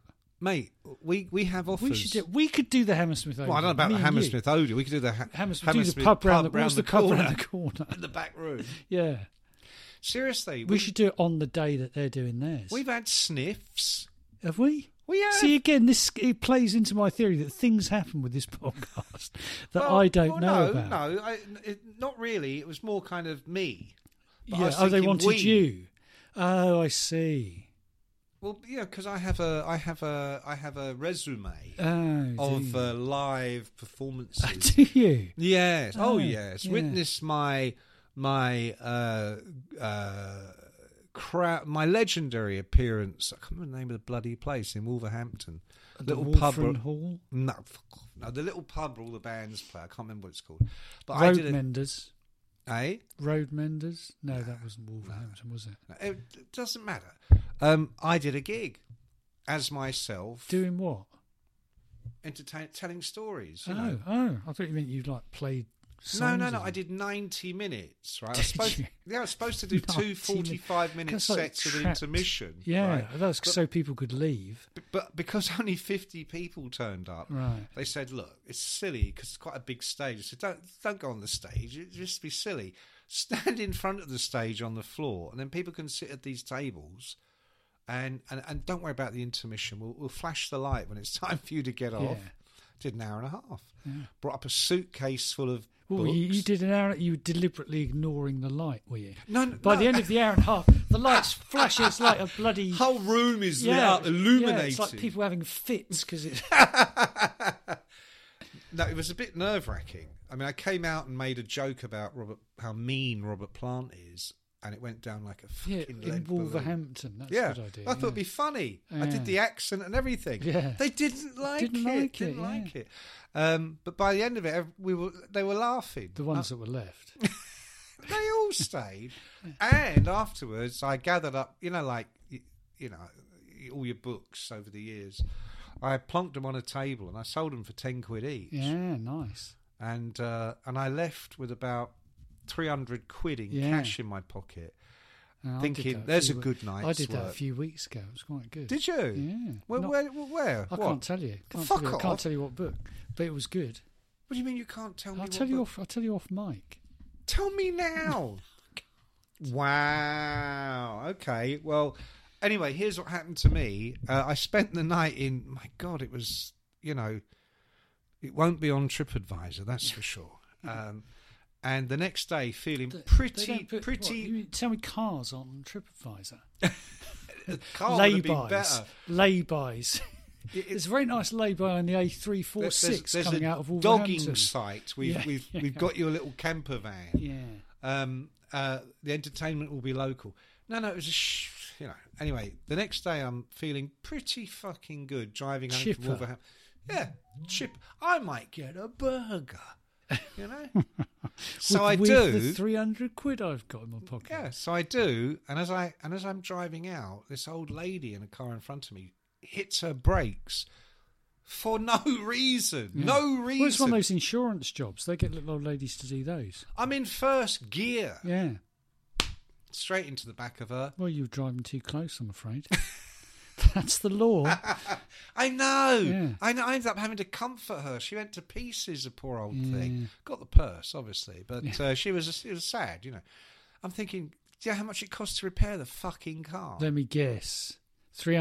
[SPEAKER 1] Mate, we, we have offers.
[SPEAKER 2] We should do, we could do the Hammersmith Odeon.
[SPEAKER 1] Well, I don't know about
[SPEAKER 2] me
[SPEAKER 1] the
[SPEAKER 2] and you.
[SPEAKER 1] Hammersmith Odeon. We could do the ha-
[SPEAKER 2] Hammersmith, do the pub round the, what's the, pub
[SPEAKER 1] corner.
[SPEAKER 2] round the corner.
[SPEAKER 1] in the back room.
[SPEAKER 2] Yeah,
[SPEAKER 1] Seriously,
[SPEAKER 2] we,
[SPEAKER 1] we,
[SPEAKER 2] should do it on the day that they're doing theirs.
[SPEAKER 1] we've had sniffs.
[SPEAKER 2] Have we?
[SPEAKER 1] We have.
[SPEAKER 2] See again, this it plays into my theory that things happen with this podcast that
[SPEAKER 1] Well,
[SPEAKER 2] I
[SPEAKER 1] well,
[SPEAKER 2] don't know
[SPEAKER 1] no,
[SPEAKER 2] about.
[SPEAKER 1] No, I, it, not really. It was more kind of me. But I
[SPEAKER 2] yeah,
[SPEAKER 1] was
[SPEAKER 2] oh, they
[SPEAKER 1] thinking
[SPEAKER 2] wanted
[SPEAKER 1] we.
[SPEAKER 2] you. Oh, I see.
[SPEAKER 1] Well, yeah, because I have a, I have a, I have a resume
[SPEAKER 2] Oh,
[SPEAKER 1] of
[SPEAKER 2] dear.
[SPEAKER 1] uh, live performances.
[SPEAKER 2] do you?
[SPEAKER 1] yes. Oh,
[SPEAKER 2] Oh,
[SPEAKER 1] yes.
[SPEAKER 2] yeah.
[SPEAKER 1] Witness my my uh, uh, crowd, my legendary appearance. I can't remember the name of the bloody place in Wolverhampton.
[SPEAKER 2] At the
[SPEAKER 1] Little pub.
[SPEAKER 2] Wolfram Hall,
[SPEAKER 1] No, fuck off. no, the little pub where all the bands play. I can't remember what it's called. But I
[SPEAKER 2] Road
[SPEAKER 1] did it.
[SPEAKER 2] Menders.
[SPEAKER 1] Eh?
[SPEAKER 2] Road Menders. No, that wasn't Wolverhampton, was it?
[SPEAKER 1] No, It it doesn't matter. Um, I did a gig as myself,
[SPEAKER 2] Doing what?
[SPEAKER 1] entertain, telling stories.
[SPEAKER 2] Oh,
[SPEAKER 1] You know.
[SPEAKER 2] oh, I thought you meant you like played.
[SPEAKER 1] No,
[SPEAKER 2] songs
[SPEAKER 1] no,
[SPEAKER 2] or
[SPEAKER 1] no. I
[SPEAKER 2] something.
[SPEAKER 1] did 90 minutes, right? I
[SPEAKER 2] Did
[SPEAKER 1] was supposed,
[SPEAKER 2] you?
[SPEAKER 1] Yeah, I was supposed to do two
[SPEAKER 2] 90 minutes.
[SPEAKER 1] 45 minute
[SPEAKER 2] That's like
[SPEAKER 1] sets of
[SPEAKER 2] trapped.
[SPEAKER 1] intermission.
[SPEAKER 2] Yeah,
[SPEAKER 1] right?
[SPEAKER 2] that's
[SPEAKER 1] But-
[SPEAKER 2] so people could leave.
[SPEAKER 1] But because only 50 people turned up,
[SPEAKER 2] Right.
[SPEAKER 1] they said, look, it's silly because it's quite a big stage. I said, don't, don't go on the stage. It'd just be silly. Stand in front of the stage on the floor, and then people can sit at these tables. And, and, and don't worry about the intermission. We'll, we'll flash the light when it's time for you to get off.
[SPEAKER 2] Yeah.
[SPEAKER 1] Did an hour and a half. Brought up a suitcase full of
[SPEAKER 2] Well,
[SPEAKER 1] books.
[SPEAKER 2] you, you did an hour. You were deliberately ignoring the light, were you?
[SPEAKER 1] No, no,
[SPEAKER 2] By
[SPEAKER 1] no.
[SPEAKER 2] the end of the hour and a half, the lights flashes like a bloody
[SPEAKER 1] whole room is lit
[SPEAKER 2] yeah,
[SPEAKER 1] up, illuminated.
[SPEAKER 2] Yeah, it's like people having fits because it's
[SPEAKER 1] No, it was a bit nerve wracking. I mean, I came out and made a joke about Robert, how mean Robert Plant is, and it went down like a
[SPEAKER 2] Yeah,
[SPEAKER 1] fucking
[SPEAKER 2] in
[SPEAKER 1] lead balloon.
[SPEAKER 2] Wolverhampton. That's
[SPEAKER 1] yeah,
[SPEAKER 2] a good idea.
[SPEAKER 1] I thought
[SPEAKER 2] yeah.
[SPEAKER 1] it'd be funny. I
[SPEAKER 2] Yeah.
[SPEAKER 1] did the accent and everything.
[SPEAKER 2] Yeah.
[SPEAKER 1] they didn't like
[SPEAKER 2] Didn't
[SPEAKER 1] it.
[SPEAKER 2] like
[SPEAKER 1] didn't
[SPEAKER 2] it,
[SPEAKER 1] like
[SPEAKER 2] yeah.
[SPEAKER 1] it. Um, but by the end of it, ev- we were they were laughing.
[SPEAKER 2] the ones that were left.
[SPEAKER 1] they all stayed. And afterwards, I gathered up, you know, like, y- you know, all your books over the years. I plonked them on a table and I sold them for 10 quid each.
[SPEAKER 2] yeah, nice.
[SPEAKER 1] And, uh, and I left with about 300 quid in
[SPEAKER 2] Yeah.
[SPEAKER 1] cash in my pocket.
[SPEAKER 2] And Uh, I did
[SPEAKER 1] Thinking,
[SPEAKER 2] that
[SPEAKER 1] "There's
[SPEAKER 2] few
[SPEAKER 1] a
[SPEAKER 2] we-
[SPEAKER 1] good
[SPEAKER 2] I
[SPEAKER 1] night's
[SPEAKER 2] did that a
[SPEAKER 1] work."
[SPEAKER 2] few weeks ago. It was quite good.
[SPEAKER 1] Did you?
[SPEAKER 2] Yeah.
[SPEAKER 1] Where?
[SPEAKER 2] Not-
[SPEAKER 1] where, where?
[SPEAKER 2] I
[SPEAKER 1] what?
[SPEAKER 2] can't tell you. Can't
[SPEAKER 1] Fuck
[SPEAKER 2] tell you. I
[SPEAKER 1] off.
[SPEAKER 2] can't tell you what book, but it was good.
[SPEAKER 1] What do you mean you can't tell me?
[SPEAKER 2] I'll
[SPEAKER 1] what
[SPEAKER 2] tell you
[SPEAKER 1] book?
[SPEAKER 2] off. I'll tell you off mic.
[SPEAKER 1] Tell me now. wow. Okay. Well, anyway, here's what happened to me. Uh, I spent the night in, my God, it was, you know, it won't be on TripAdvisor, that's for sure. Um, and the next day, feeling
[SPEAKER 2] They- they
[SPEAKER 1] pretty,
[SPEAKER 2] don't put- What, you
[SPEAKER 1] pretty.
[SPEAKER 2] mean tell me cars on TripAdvisor.
[SPEAKER 1] Carl would have Oh, been
[SPEAKER 2] Laybys.
[SPEAKER 1] better.
[SPEAKER 2] Laybys.
[SPEAKER 1] It- it-
[SPEAKER 2] There's a very nice lay-by on the A346 coming out of Wolverhampton.
[SPEAKER 1] dogging site. We've,
[SPEAKER 2] Yeah.
[SPEAKER 1] we've, we've got your little camper van.
[SPEAKER 2] Yeah.
[SPEAKER 1] um, uh, the entertainment will be local. No, no, it was a sh- you know. Anyway, the next day I'm feeling pretty fucking good driving home
[SPEAKER 2] Chipper.
[SPEAKER 1] from Wolverhampton. Yeah, chip. I might get a burger. You know. so
[SPEAKER 2] With-
[SPEAKER 1] I
[SPEAKER 2] with
[SPEAKER 1] do.
[SPEAKER 2] The 300 quid I've got in my pocket.
[SPEAKER 1] yeah, so I do, and as I and as I'm driving out, this old lady in a car in front of me hits her brakes for no reason.
[SPEAKER 2] Yeah.
[SPEAKER 1] No reason.
[SPEAKER 2] Well, it's one of those insurance jobs. They get little old ladies to do those.
[SPEAKER 1] I'm in first gear,
[SPEAKER 2] Yeah.
[SPEAKER 1] straight into the back of her.
[SPEAKER 2] Well, you're driving too close, I'm afraid. That's the law.
[SPEAKER 1] I know.
[SPEAKER 2] Yeah.
[SPEAKER 1] I know. I ended up having to comfort her. She went to pieces, the poor old
[SPEAKER 2] Yeah.
[SPEAKER 1] thing. Got the purse, obviously, but uh, she was it was sad, you know. I'm thinking, do you know how much it costs to repair the fucking car?
[SPEAKER 2] Let me guess.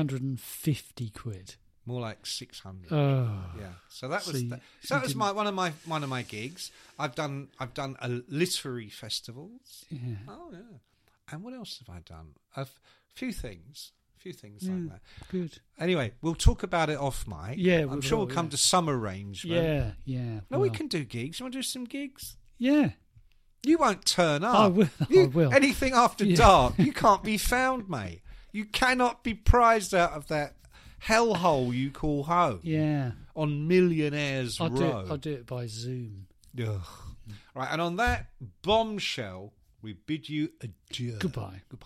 [SPEAKER 2] 350 quid.
[SPEAKER 1] More like six hundred.
[SPEAKER 2] Oh.
[SPEAKER 1] yeah. So that was
[SPEAKER 2] So you-
[SPEAKER 1] that,
[SPEAKER 2] you
[SPEAKER 1] so that was
[SPEAKER 2] didn't-
[SPEAKER 1] my one of my one of my gigs. I've done I've done a literary festivals.
[SPEAKER 2] Yeah.
[SPEAKER 1] Oh yeah. And what else have I done? A f- few things. A few things
[SPEAKER 2] yeah.
[SPEAKER 1] like that.
[SPEAKER 2] Good.
[SPEAKER 1] Anyway, we'll talk about it off mic.
[SPEAKER 2] Yeah,
[SPEAKER 1] I'm
[SPEAKER 2] we
[SPEAKER 1] sure
[SPEAKER 2] will,
[SPEAKER 1] we'll come
[SPEAKER 2] yeah.
[SPEAKER 1] to some arrangement.
[SPEAKER 2] Yeah, yeah.
[SPEAKER 1] No, we
[SPEAKER 2] well,
[SPEAKER 1] can do gigs. You want to do some gigs?
[SPEAKER 2] Yeah.
[SPEAKER 1] You won't turn up.
[SPEAKER 2] I will- I
[SPEAKER 1] You-
[SPEAKER 2] will.
[SPEAKER 1] Anything after
[SPEAKER 2] Yeah.
[SPEAKER 1] dark, you can't be found, mate. You cannot be prized out of that hellhole you call home
[SPEAKER 2] Yeah.
[SPEAKER 1] on Millionaires
[SPEAKER 2] I'll do, it,
[SPEAKER 1] Row.
[SPEAKER 2] I'll do it by Zoom.
[SPEAKER 1] Ugh. Right, and on that bombshell, we bid you adieu.
[SPEAKER 2] Goodbye.
[SPEAKER 1] Goodbye.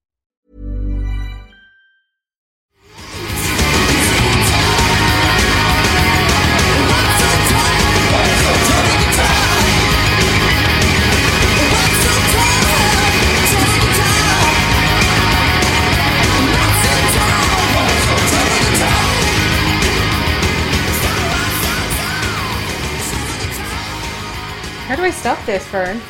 [SPEAKER 4] How do I stop this, Fern?